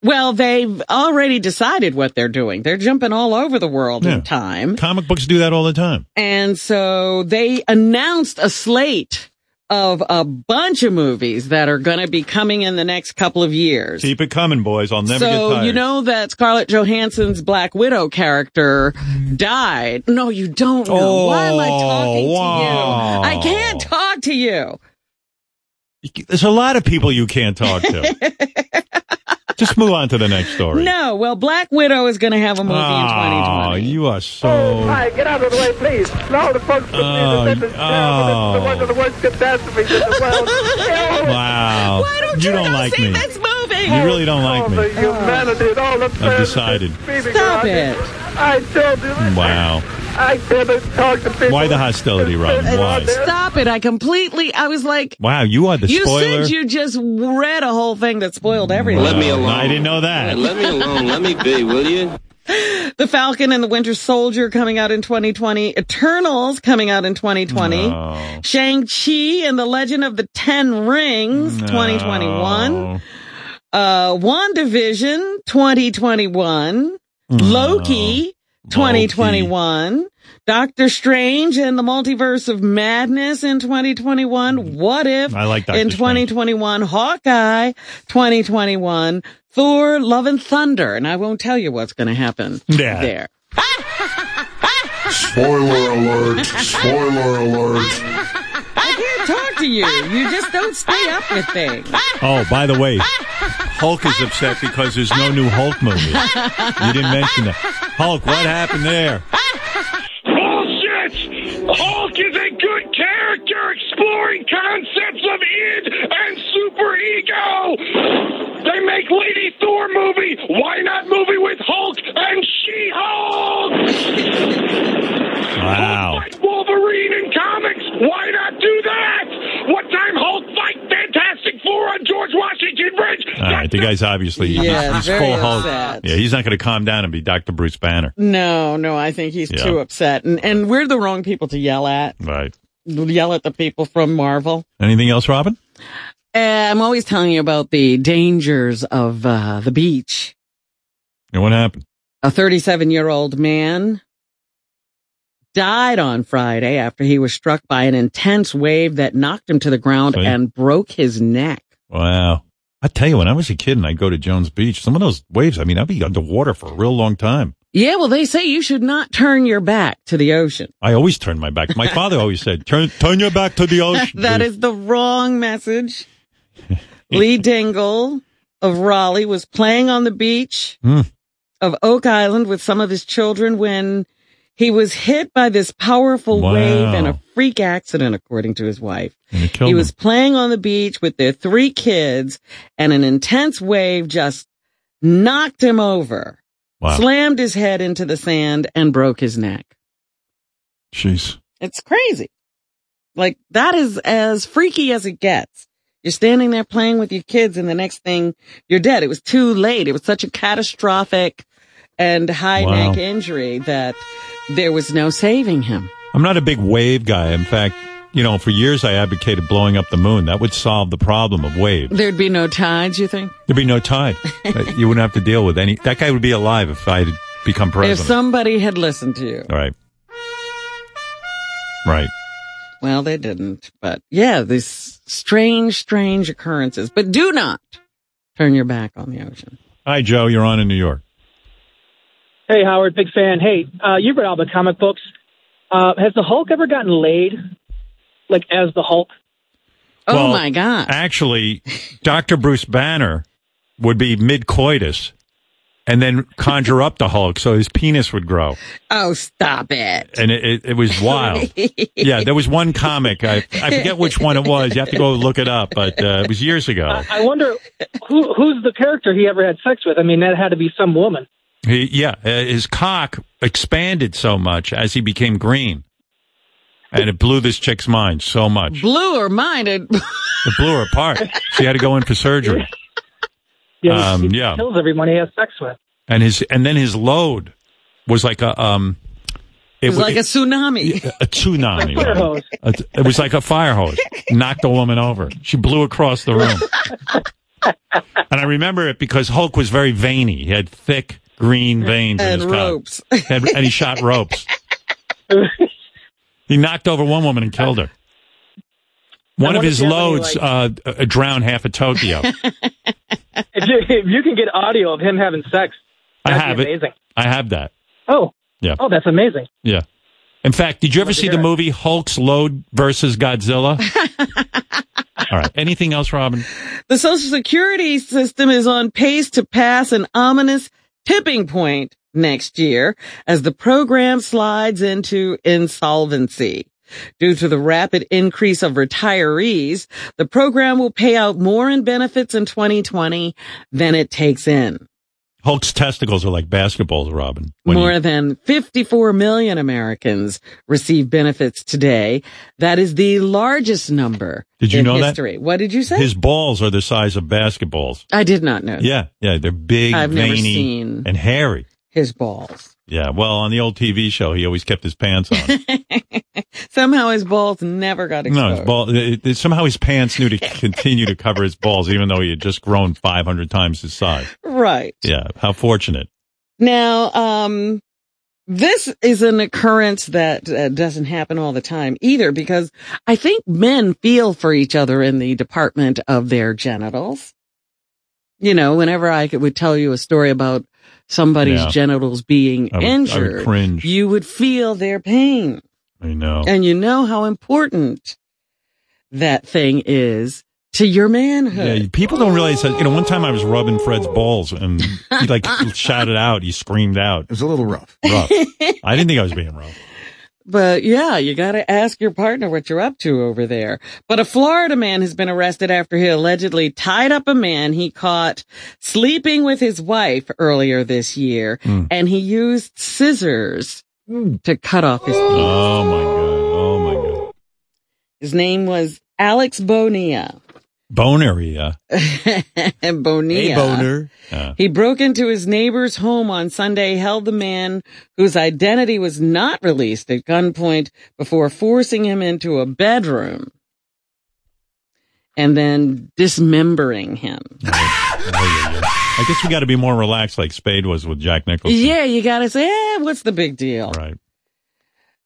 Speaker 3: Well, they've already decided what they're doing. They're jumping all over the world in time.
Speaker 2: Comic books do that all the time.
Speaker 3: And so they announced a slate of a bunch of movies that are going to be coming in the next couple of years.
Speaker 2: Keep it coming, boys. I'll never
Speaker 3: so
Speaker 2: get tired.
Speaker 3: you know that Scarlett Johansson's Black Widow character died. No, you don't know. Why am I talking
Speaker 2: Oh, wow.
Speaker 3: to you? I can't talk to you.
Speaker 2: There's a lot of people you can't talk to. Just move on to the next story.
Speaker 3: No, well, Black Widow is going to have a movie in 2020.
Speaker 2: Oh, you are so.
Speaker 18: Oh, Hi, get out of the way, please. No, the folks with
Speaker 2: Oh,
Speaker 18: me, this is terrible. This is one of the worst catastrophes in the world.
Speaker 2: Wow. Uh, you don't like me.
Speaker 18: movie.
Speaker 2: You really don't like me.
Speaker 18: The humanity and all the
Speaker 2: I've decided.
Speaker 18: Stop it. I told you.
Speaker 2: Wow.
Speaker 18: I couldn't talk to people.
Speaker 2: Why the hostility, Robin? Why?
Speaker 3: Stop it. I completely, I was like,
Speaker 2: Wow, you are the
Speaker 3: you
Speaker 2: spoiler.
Speaker 3: said you just read a whole thing that spoiled everything.
Speaker 2: Wow. No, Uh, I didn't know that.
Speaker 19: Let me alone. Let me be, will you?
Speaker 3: The Falcon and the Winter Soldier coming out in 2020. Eternals coming out in 2020. Shang-Chi and the Legend of the Ten Rings 2021. Uh, WandaVision 2021. Loki 2021. Doctor Strange and the Multiverse of Madness in 2021. What if
Speaker 2: I like Doctor
Speaker 3: in 2021, Hawkeye 2021, Thor Love and Thunder, and I won't tell you what's going to happen
Speaker 2: Yeah.
Speaker 3: there.
Speaker 10: Spoiler alert. Spoiler alert.
Speaker 3: I can't talk to you. You just don't stay up with things.
Speaker 2: Oh, by the way, Hulk is upset because there's no new Hulk movie. You didn't mention that. Hulk, what happened there?
Speaker 18: Bullshit! Hulk is a good character exploring concepts of id and superego! They make Lady Thor movie! Why not movie with Hulk and She-Hulk?
Speaker 2: Wow.
Speaker 18: Fight Wolverine in comics! Why not do that? What time Hulk fight Fantastic Four on George Washington Bridge?
Speaker 2: All right, the guy's obviously he's-
Speaker 3: Yeah,
Speaker 2: he's,
Speaker 3: very
Speaker 2: full Hulk.
Speaker 3: upset.
Speaker 2: Yeah, he's not going to calm down and be Dr. Bruce Banner.
Speaker 3: No, no, I think he's
Speaker 2: Yeah.
Speaker 3: too upset, and and we're the wrong people to yell at.
Speaker 2: Right.
Speaker 3: Yell at the people from Marvel.
Speaker 2: Anything else, Robin?
Speaker 3: Uh, I'm always telling you about the dangers of uh, the beach.
Speaker 2: And what happened?
Speaker 3: A 37 year old man died on Friday after he was struck by an intense wave that knocked him to the ground
Speaker 2: See?
Speaker 3: and broke his neck.
Speaker 2: Wow. I tell you, when I was a kid and I'd go to Jones Beach, some of those waves, I mean, I'd be underwater for a real long time.
Speaker 3: Yeah, well, they say you should not turn your back to the ocean.
Speaker 2: I always turned my back. My father always said, turn, turn your back to the ocean.
Speaker 3: that is the wrong message. Lee Dingle of Raleigh was playing on the beach
Speaker 2: Hmm.
Speaker 3: of Oak Island with some of his children when he was hit by this powerful
Speaker 2: Wow.
Speaker 3: wave in a freak accident, according to his wife.
Speaker 2: And it killed
Speaker 3: He
Speaker 2: him.
Speaker 3: was playing on the beach with their three kids and an intense wave just knocked him over,
Speaker 2: Wow.
Speaker 3: slammed his head into the sand and broke his neck.
Speaker 2: Jeez.
Speaker 3: It's crazy. Like that is as freaky as it gets. You're standing there playing with your kids and the next thing you're dead. It was too late. It was such a catastrophic and high
Speaker 2: Wow.
Speaker 3: neck injury that there was no saving him.
Speaker 2: I'm not a big wave guy. In fact, you know, for years I advocated blowing up the moon. That would solve the problem of waves.
Speaker 3: There'd be no tides, you think?
Speaker 2: There'd be no tide. Uh, you wouldn't have to deal with any. That guy would be alive if I had become
Speaker 3: If
Speaker 2: president.
Speaker 3: somebody had listened to you.
Speaker 2: All right. Right.
Speaker 3: Well, they didn't, but yeah, these strange, strange occurrences. But do not turn your back on the ocean.
Speaker 2: Hi, Joe. You're on in New York.
Speaker 20: Hey, Howard, big fan. Hey, uh, you've read all the comic books. Uh, has the Hulk ever gotten laid, like as the Hulk?
Speaker 2: Well,
Speaker 3: Oh God.
Speaker 2: Actually, Dr. Bruce Banner would be mid coitus and then conjure up the Hulk so his penis would grow.
Speaker 3: Oh, stop it.
Speaker 2: And it, it, it was wild. yeah, there was one comic. I, I forget which one it was. You have to go look it up, but uh, it was years ago.
Speaker 20: I wonder who who's the character he ever had sex with. I mean, that had to be some woman.
Speaker 2: He, yeah, uh, his cock expanded so much as he became green. And it blew this chick's mind so much.
Speaker 3: Blew her mind. It,
Speaker 2: It blew her apart. She had to go in for surgery.
Speaker 20: Yeah,
Speaker 2: Um,
Speaker 20: he
Speaker 2: yeah.
Speaker 20: kills everyone he has sex with.
Speaker 2: and his and then his load was like a um
Speaker 3: it was
Speaker 2: wa-
Speaker 3: like a tsunami.
Speaker 2: a tsunami
Speaker 3: Fire hose.
Speaker 2: A t- it was like a fire hose knocked the woman over she blew across the room and i remember it because hulk was very veiny he had thick green veins
Speaker 3: And
Speaker 2: in his cock.
Speaker 3: ropes.
Speaker 2: He had- and he shot ropes he knocked over one woman and killed her one of
Speaker 20: I wonder
Speaker 2: his
Speaker 20: if you have any,
Speaker 2: loads uh, uh, drowned half of tokyo
Speaker 20: If you, if you can get audio of him having sex,
Speaker 2: i
Speaker 20: that'd
Speaker 2: have
Speaker 20: be
Speaker 2: it
Speaker 20: amazing.
Speaker 2: i have that
Speaker 20: Oh,
Speaker 2: yeah
Speaker 20: oh, that's amazing.
Speaker 2: Yeah. In fact, did you ever see the movie Hulk's Load versus Godzilla? All right. Anything else, Robin?
Speaker 3: The social security system is on pace to pass an ominous tipping point next year as the program slides into insolvency. Due to the rapid increase of retirees, the program will pay out more in benefits in 2020 than it takes in.
Speaker 2: Hulk's testicles are like basketballs, Robin. When
Speaker 3: More than 54 million Americans receive benefits today. That is the largest number
Speaker 2: Did you
Speaker 3: in
Speaker 2: know that?
Speaker 3: history. What did you say?
Speaker 2: his balls are the size of basketballs.
Speaker 3: I did not know. that.
Speaker 2: Yeah. Yeah. They're big,
Speaker 3: I've never
Speaker 2: veiny,
Speaker 3: seen-
Speaker 2: and hairy.
Speaker 3: His balls.
Speaker 2: Yeah. Well, on the old TV show, he always kept his pants on.
Speaker 3: Somehow his balls never got exposed.
Speaker 2: No, his ball. It, it- somehow his pants knew to continue to cover his balls, even though he had just grown 500 times his size.
Speaker 3: Right.
Speaker 2: Yeah. How fortunate.
Speaker 3: Now, um, this is an occurrence that uh, doesn't happen all the time either because I think men feel for each other in the department of their genitals. You know, whenever I could, would tell you a story about somebody's
Speaker 2: Yeah.
Speaker 3: genitals being
Speaker 2: I would- I would
Speaker 3: injured,
Speaker 2: cringe.
Speaker 3: you would feel their pain.
Speaker 2: I know.
Speaker 3: And you know how important that thing is to your manhood.
Speaker 2: Yeah, people don't realize that. You know, one time I was rubbing Fred's balls and he like shouted out, he screamed out. It was a little rough. Rough. I didn't think I was being rough.
Speaker 3: But yeah, you got to ask your partner what you're up to over there. But a Florida man has been arrested after he allegedly tied up a man he caught sleeping with his wife earlier this year, and he used scissors to cut off his penis.
Speaker 2: Oh my god! Oh my god!
Speaker 3: His name was Alex Bonilla.
Speaker 2: Bone area.
Speaker 3: Bonilla.
Speaker 2: Yeah.
Speaker 3: He broke into his neighbor's home on Sunday, held the man whose identity was not released at gunpoint before forcing him into a bedroom and then dismembering him.
Speaker 2: I guess we got to be more relaxed, like Spade was with Jack Nicholson.
Speaker 3: Yeah, you gotta say, eh, what's the big deal?
Speaker 2: Right.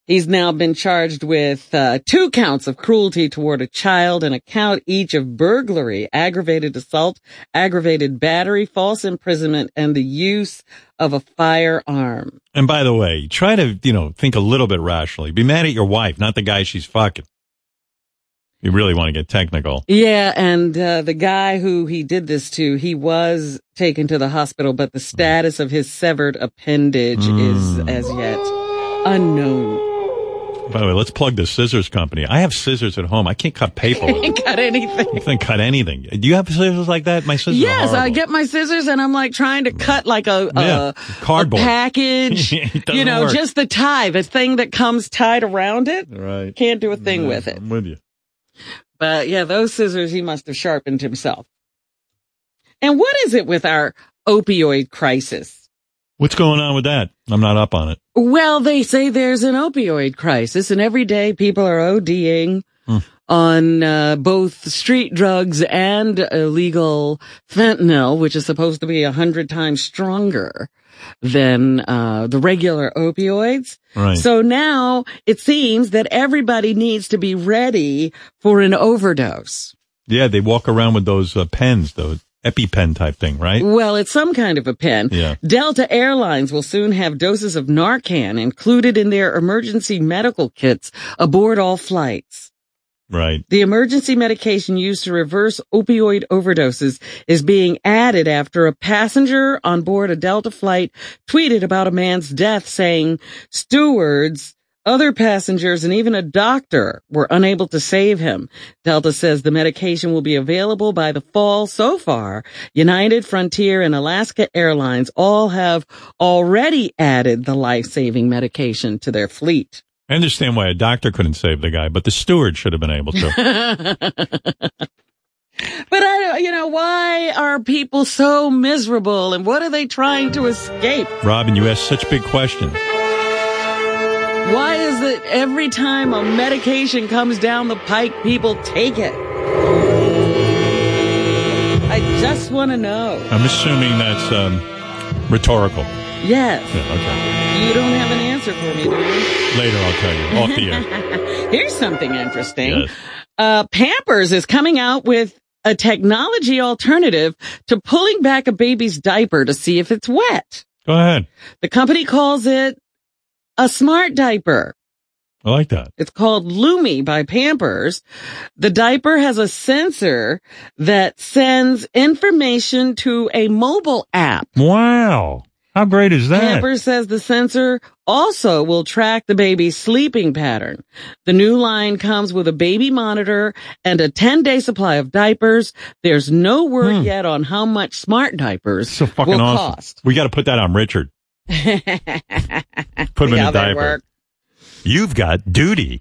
Speaker 3: He's now been charged with uh, two counts of cruelty toward a child and a count each of burglary, aggravated assault, aggravated battery, false imprisonment, and the use of a firearm.
Speaker 2: And by the way, try to you know think a little bit rationally. Be mad at your wife, not the guy she's fucking. You really want to get technical.
Speaker 3: Yeah, and uh, the guy who he did this to, he was taken to the hospital, but the status of his severed appendage
Speaker 2: Hmm.
Speaker 3: is as yet unknown.
Speaker 2: By the way, let's plug the scissors company. I have scissors at home. I can't cut paper. with them.
Speaker 3: Ain't got anything.
Speaker 2: I can't cut anything. Do you have scissors like that? My scissors. are
Speaker 3: Yes,
Speaker 2: horrible.
Speaker 3: I get my scissors and I'm like trying to cut like a, a,
Speaker 2: Yeah,
Speaker 3: a
Speaker 2: cardboard.
Speaker 3: package,
Speaker 2: It doesn't
Speaker 3: you know,
Speaker 2: work.
Speaker 3: just the tie, the thing that comes tied around it.
Speaker 2: Right.
Speaker 3: Can't do a thing
Speaker 2: Yeah,
Speaker 3: with it.
Speaker 2: I'm with you.
Speaker 3: But yeah, those scissors he must have sharpened himself. And what is it with our opioid crisis?
Speaker 2: What's going on with that? I'm not up on it.
Speaker 3: Well, they say there's an opioid crisis and every day people are ODing on uh, both street drugs and illegal fentanyl, which is supposed to be a hundred times stronger than uh, the regular opioids.
Speaker 18: Right.
Speaker 3: So now it seems that everybody needs to be ready for an overdose.
Speaker 2: Yeah, they walk around with those uh, pens, those EpiPen type thing, right?
Speaker 3: Well, it's some kind of a pen.
Speaker 2: Yeah.
Speaker 3: Delta Airlines will soon have doses of Narcan included in their emergency medical kits aboard all flights.
Speaker 2: Right.
Speaker 3: The emergency medication used to reverse opioid overdoses is being added after a passenger on board a Delta flight tweeted about a man's death saying stewards, other passengers, and even a doctor were unable to save him. Delta says the medication will be available by the fall. So far, United, Frontier, and Alaska Airlines all have already added the life-saving medication to their fleet.
Speaker 2: I understand why a doctor couldn't save the guy, but the steward should have been able to.
Speaker 3: But I don't, you know, why are people so miserable and what are they trying to escape?
Speaker 2: Robin, you asked such big questions.
Speaker 3: Why is it every time a medication comes down the pike, people take it? I just want to know.
Speaker 2: I'm assuming that's um, rhetorical.
Speaker 3: Yes,
Speaker 2: Yeah, okay.
Speaker 3: you don't have an answer for me, do you?
Speaker 2: Later, I'll tell you. Off the air.
Speaker 3: Here's something interesting.
Speaker 2: Yes.
Speaker 3: Uh, Pampers is coming out with a technology alternative to pulling back a baby's diaper to see if it's wet.
Speaker 2: Go ahead.
Speaker 3: The company calls it a smart diaper.
Speaker 2: I like that.
Speaker 3: It's called Lumi by Pampers. The diaper has a sensor that sends information to a mobile app.
Speaker 2: Wow. How great is that?
Speaker 3: Pampers says the sensor also will track the baby's sleeping pattern. The new line comes with a baby monitor and a 10 day supply of diapers. There's no word yet on how much smart diapers
Speaker 2: Hmm. so fucking
Speaker 3: will
Speaker 2: awesome.
Speaker 3: cost.
Speaker 2: We got to put that on Richard. Put him in
Speaker 3: Yeah, they
Speaker 2: a diaper.
Speaker 3: work.
Speaker 2: You've got duty.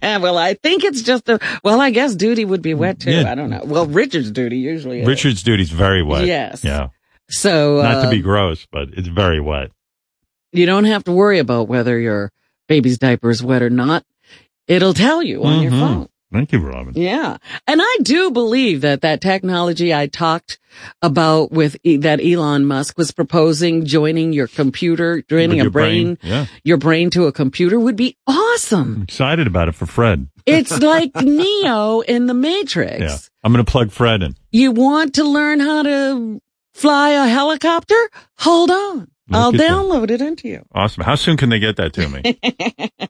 Speaker 3: well, I think it's just a, well, I guess duty would be wet too.
Speaker 2: Yeah.
Speaker 3: I don't know. Well, Richard's duty usually is.
Speaker 2: Richard's duty's very wet.
Speaker 3: Yes.
Speaker 2: Yeah.
Speaker 3: So,
Speaker 2: Not to
Speaker 3: uh,
Speaker 2: be gross, but it's very wet.
Speaker 3: you don't have to worry about whether your baby's diaper is wet or not. It'll tell you on your
Speaker 2: Mhm.
Speaker 3: phone.
Speaker 2: Thank you, Robin.
Speaker 3: Yeah. And I do believe that that technology I talked about with E- that Elon Musk was proposing joining your computer, joining
Speaker 2: With
Speaker 3: a
Speaker 2: your brain,
Speaker 3: brain,
Speaker 2: yeah.
Speaker 3: your brain to a computer would be awesome.
Speaker 2: Excited about it for Fred.
Speaker 3: It's like Neo in the Matrix.
Speaker 2: Yeah. I'm going to plug Fred in.
Speaker 3: You want to learn how to fly a helicopter? Hold on. I'll
Speaker 2: at that.
Speaker 3: download it into you.
Speaker 2: Awesome. How soon can they get that to me?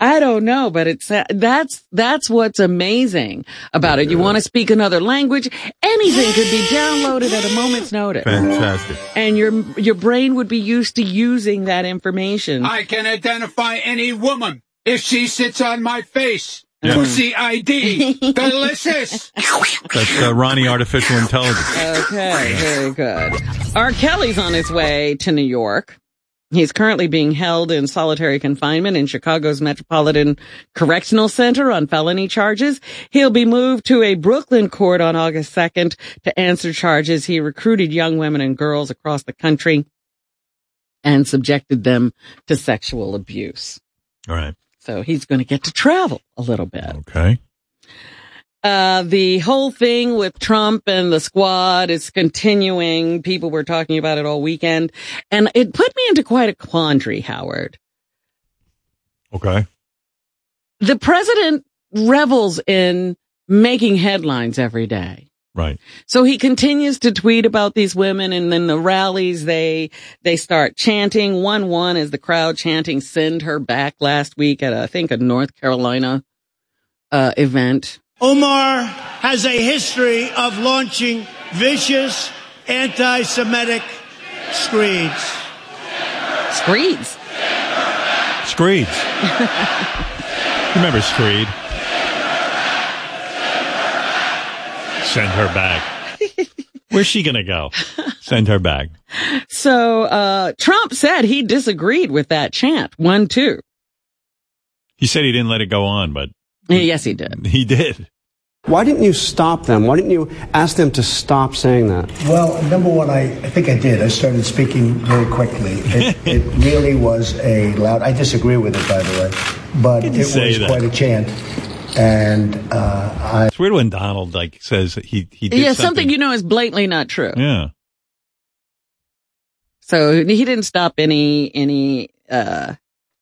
Speaker 3: I don't know, but it's uh, that's that's what's amazing about it. You want to speak another language, anything could be downloaded at a moment's notice.
Speaker 2: Fantastic.
Speaker 3: And your your brain would be used to using that information.
Speaker 21: I can identify any woman if she sits on my face. Pussy ID. Delicious.
Speaker 2: That's uh, Ronnie Artificial Intelligence.
Speaker 3: Okay, very good. R. Kelly's on his way to New York. He's currently being held in solitary confinement in Chicago's Metropolitan Correctional Center on felony charges. He'll be moved to a Brooklyn court on August 2nd to answer charges. He recruited young women and girls across the country and subjected them to sexual abuse.
Speaker 2: All right.
Speaker 3: So he's going to get to travel a little bit.
Speaker 2: Okay.
Speaker 3: Uh, the whole thing with Trump and the squad is continuing. People were talking about it all weekend. And it put me into quite a quandary, Howard.
Speaker 2: Okay.
Speaker 3: The president revels in making headlines every day.
Speaker 2: Right.
Speaker 3: So he continues to tweet about these women and then the rallies they they start chanting. One one is the crowd chanting send her back last week at I think a North Carolina uh event.
Speaker 22: Omar has a history of launching vicious anti Semitic screeds.
Speaker 3: Screeds?
Speaker 2: Screed. Remember Screed? Send her back. Where's she going to go? Send her back.
Speaker 3: So uh Trump said he disagreed with that chant. One two.
Speaker 2: He said he didn't let it go on, but
Speaker 3: Yes, he did.
Speaker 2: he did.
Speaker 23: Why didn't you stop them? Why didn't you ask them to stop saying that?
Speaker 24: Well, number one, I, I think I did. I started speaking very quickly. It, it really was a loud. I disagree with it, by the way, but
Speaker 23: Didn't
Speaker 24: it
Speaker 23: say
Speaker 24: was
Speaker 23: that.
Speaker 24: quite a chant. And uh, I.
Speaker 2: It's weird when Donald like says that he he did
Speaker 3: yeah, something, you know is blatantly not true.
Speaker 2: Yeah.
Speaker 3: So he didn't stop any any uh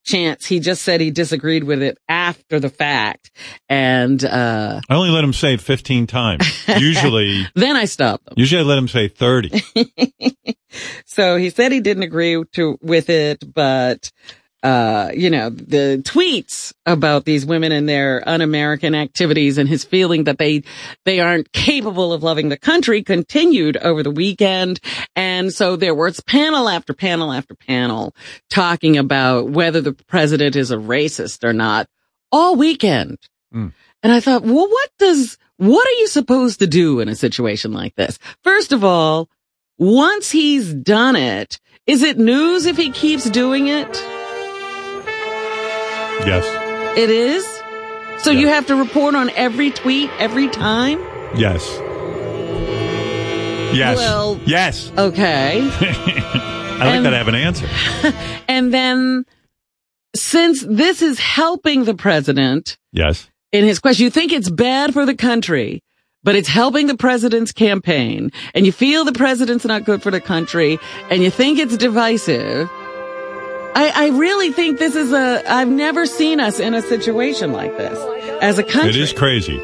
Speaker 3: chance. He just said he disagreed with it after the fact, and uh
Speaker 2: I only let him say it 15 times. Usually,
Speaker 3: then I stopped him.
Speaker 2: usually I let him say 30.
Speaker 3: So he said he didn't agree to with it, but uh, you know, the tweets about these women and their un-American activities and his feeling that they they aren't capable of loving the country continued over the weekend. And so there was panel after panel after panel talking about whether the president is a racist or not all weekend. And I thought, well, what does, what are you supposed to do in a situation like this? First of all, once he's done it, is it news if he keeps doing it?
Speaker 2: Yes.
Speaker 3: It is. So you have to report on every tweet every time?
Speaker 2: Yes. Yes.
Speaker 3: Well-
Speaker 2: yes.
Speaker 3: Okay.
Speaker 2: I like
Speaker 3: And-
Speaker 2: that I have an answer.
Speaker 3: and then since this is helping the president
Speaker 2: Yes.
Speaker 3: in his question, you think it's bad for the country, but it's helping the president's campaign and you feel the president's not good for the country and you think it's divisive. I, I really think this is a, I've never seen us in a situation like this as a country.
Speaker 2: It is crazy.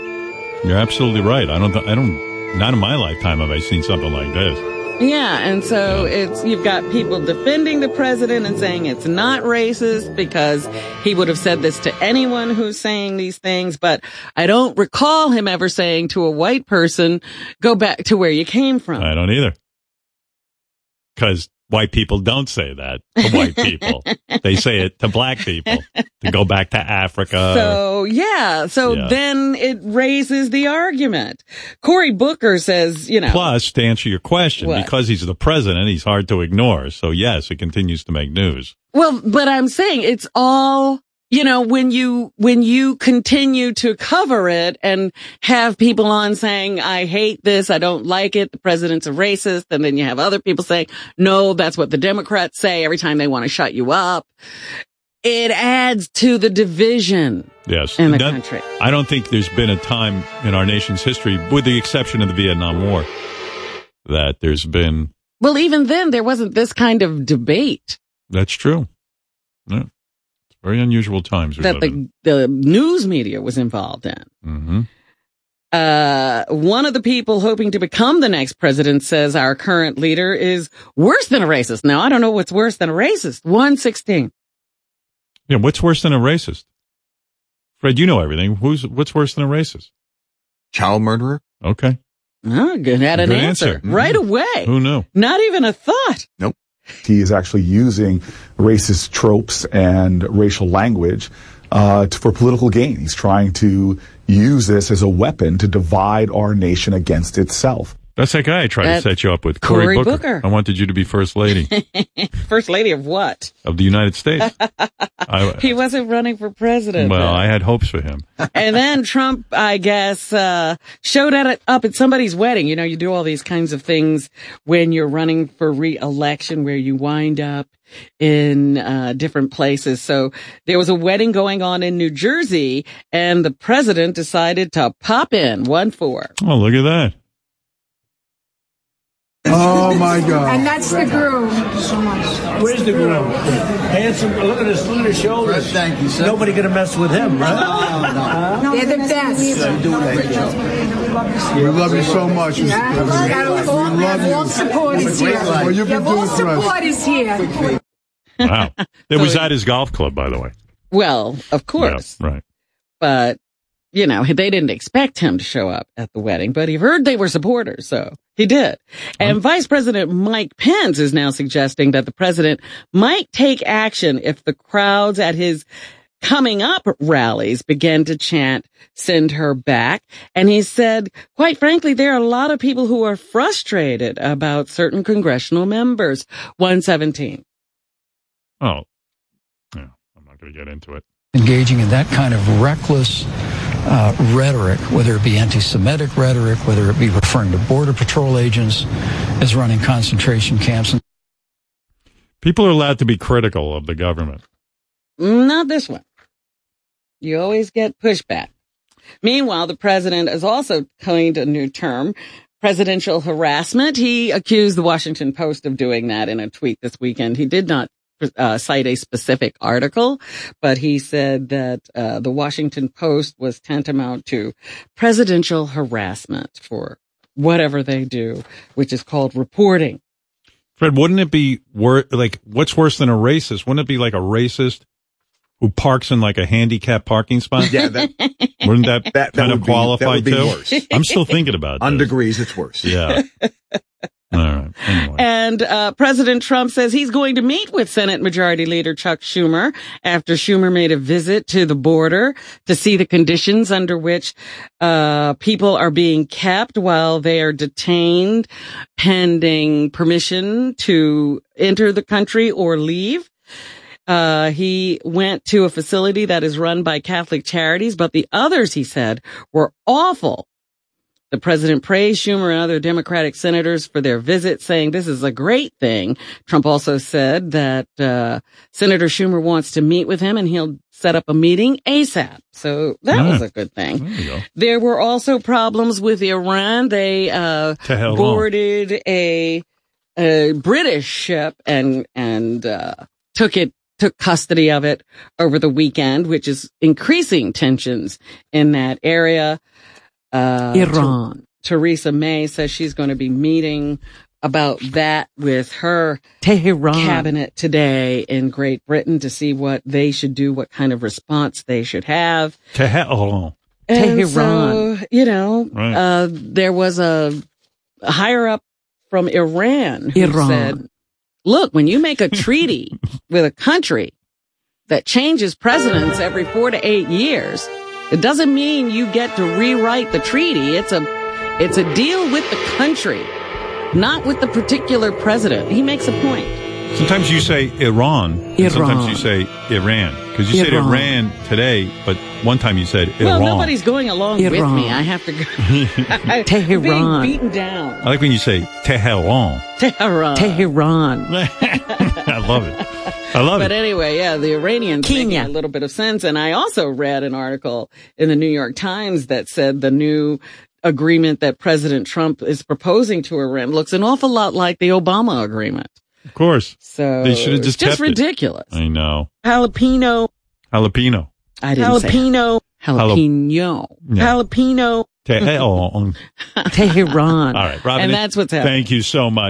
Speaker 2: You're absolutely right. I don't. Th- I don't. Not in my lifetime have I seen something like this.
Speaker 3: Yeah, and so it's you've got people defending the president and saying it's not racist because he would have said this to anyone who's saying these things, but I don't recall him ever saying to a white person, go back to where you came from.
Speaker 2: I don't either. Because white people don't say that to white people. they say it to black people to go back to Africa.
Speaker 3: So yeah, so
Speaker 2: Uh, Yeah.
Speaker 3: then it raises the argument. Cory Booker says, you know,
Speaker 2: Plus, to answer your question,
Speaker 3: What?
Speaker 2: because he's the president, he's hard to ignore. So yes, it continues to make news.
Speaker 3: Well, but I'm saying it's all, you know, when you, when you continue to cover it and have people on saying, I hate this. I don't like it. The president's a racist. And then you have other people saying, no, that's what the Democrats say every time they want to shut you up. It adds to the division.
Speaker 2: Yes.
Speaker 3: In the
Speaker 2: That-
Speaker 3: country.
Speaker 2: I don't think there's been a time in our nation's history, with the exception of the Vietnam War, that there's been.
Speaker 3: Well, even then there wasn't this kind of debate
Speaker 2: That's true. Yeah. It's very unusual times. we
Speaker 3: that
Speaker 2: live
Speaker 3: the, the news media was involved in.
Speaker 2: Mm-hmm.
Speaker 3: uh, one of the people hoping to become the next president says our current leader is worse than a racist. Now, I don't know what's worse than a racist. 116.
Speaker 2: Yeah, what's worse than a racist? Fred, you know everything. Who's what's worse than a racist? Child murderer. Okay.
Speaker 3: Oh, good. Had an
Speaker 1: Good
Speaker 3: answer,
Speaker 1: answer.
Speaker 3: right away.
Speaker 2: Who knew?
Speaker 3: Not even a thought.
Speaker 1: Nope. He is actually using racist tropes and racial language uh, to, for political gain. He's trying to use this as a weapon to divide our nation against itself.
Speaker 2: That's that guy I tried
Speaker 3: That-
Speaker 2: to set you up with, Cory
Speaker 3: Cory
Speaker 2: Booker.
Speaker 3: Booker.
Speaker 2: I wanted you to be first lady
Speaker 3: First lady of what?
Speaker 2: of the United States. I,
Speaker 3: He wasn't running for president.
Speaker 2: well, I had hopes for him.
Speaker 3: and then Trump, I guess, uh, showed at, up at somebody's wedding. You know, you do all these kinds of things when you're running for re-election where you wind up in, uh, different places. So there was a wedding going on in New Jersey and the president decided to pop in one four.
Speaker 2: Oh, look at that.
Speaker 1: Oh my
Speaker 18: And that's the groom.
Speaker 4: Where's the groom? Handsome. Look at his look at his shoulders. thank you, sir. Nobody gonna mess with him, right?
Speaker 18: They're the best.
Speaker 4: We love you so much.
Speaker 18: All supporters here.
Speaker 4: Well, you've been
Speaker 18: All
Speaker 4: doing for us.
Speaker 18: supporters here.
Speaker 2: Wow. It was at his golf club, by the way.
Speaker 3: Well, of course,
Speaker 2: Yeah, right.
Speaker 3: but you know, they didn't expect him to show up at the wedding, but he heard they were supporters, so he did. And Vice President Mike Pence is now suggesting that the president might take action if the crowds at his coming up rallies began to chant, send her back. And he said, quite frankly, there are a lot of people who are frustrated about certain congressional members. 117.
Speaker 2: Oh. Yeah, I'm not going to get into it.
Speaker 8: engaging in that kind of reckless uh, rhetoric, whether it be anti-Semitic rhetoric, whether it be referring to border patrol agents as running concentration camps. And-
Speaker 2: People are allowed to be critical of the government.
Speaker 3: Not this one. You always get pushback. Meanwhile, the president has also coined a new term, presidential harassment. He accused the Washington Post of doing that in a tweet this weekend. He did not uh, cite a specific article, but he said that uh, the Washington Post was tantamount to presidential harassment for whatever they do, which is called reporting.
Speaker 2: Fred, wouldn't it be wor- like what's worse than a racist? Wouldn't it be like a racist who parks in like a handicapped parking spot?
Speaker 6: Yeah, that-
Speaker 2: wouldn't that,
Speaker 6: that
Speaker 2: kind
Speaker 6: would
Speaker 2: of
Speaker 6: be- that
Speaker 2: qualify
Speaker 6: would be
Speaker 2: too?
Speaker 6: worse.
Speaker 2: I'm still thinking about
Speaker 6: On
Speaker 2: this.
Speaker 6: degrees, it's worse.
Speaker 2: Yeah. All right.
Speaker 3: And uh, President Trump says he's going to meet with Senate Majority Leader Chuck Schumer after Schumer made a visit to the border to see the conditions under which uh, people are being kept while they are detained pending permission to enter the country or leave. Uh, he went to a facility that is run by Catholic charities, but the others, he said, were awful. The president praised Schumer and other Democratic senators for their visit, saying this is a great thing. Trump also said that uh, Senator Schumer wants to meet with him and he'll set up a meeting ASAP. So that
Speaker 7: Yeah.
Speaker 3: was a good thing.
Speaker 2: Hmm.
Speaker 7: There you go.
Speaker 3: There were also problems with Iran. They uh,
Speaker 7: To hell no.
Speaker 3: boarded a, a British ship and and uh, took it took custody of it over the weekend, which is increasing tensions in that area. Uh,
Speaker 7: Iran.
Speaker 3: Ter- Theresa May says she's going to be meeting about that with her Tehran cabinet today in Great Britain to see what they should do, what kind of response they should have.
Speaker 2: To hell. hold on.
Speaker 3: And
Speaker 2: Tehran.
Speaker 3: So, you know,
Speaker 2: Right.
Speaker 3: uh, there was a higher up from Iran who
Speaker 7: Iran.
Speaker 3: said, look, when you make a treaty with a country that changes presidents every four to eight years, it doesn't mean you get to rewrite the treaty. It's a, it's a deal with the country, not with the particular president. He makes a point.
Speaker 2: Sometimes you say Iran. and Sometimes
Speaker 3: Iran.
Speaker 2: you say Iran. Because you said
Speaker 3: Iran.
Speaker 2: Iran today, but one time you said
Speaker 3: Well,
Speaker 2: Iran.
Speaker 3: nobody's going along with
Speaker 2: Iran.
Speaker 3: me. I have to go. I'm
Speaker 7: Tehran.
Speaker 3: Being beaten down.
Speaker 2: I like when you say Tehran.
Speaker 3: Tehran. Tehran.
Speaker 2: I love it. I love
Speaker 3: But
Speaker 2: it.
Speaker 3: anyway, yeah, the Iranians making a little bit of sense. And I also read an article in the New York Times that said the new agreement that President Trump is proposing to Iran looks an awful lot like the Obama agreement.
Speaker 2: Of course.
Speaker 3: So
Speaker 2: they should have just,
Speaker 3: it's just
Speaker 2: kept it.
Speaker 3: ridiculous.
Speaker 2: I know.
Speaker 3: Jalapeno.
Speaker 2: Jalapeno.
Speaker 3: I didn't say
Speaker 7: Jalapeno.
Speaker 3: that. Jalapeno.
Speaker 2: Yeah.
Speaker 3: Jalapeno.
Speaker 2: Tehran.
Speaker 3: Tehran.
Speaker 2: All right, Robin.
Speaker 3: And that's what's happening.
Speaker 2: Thank you so much.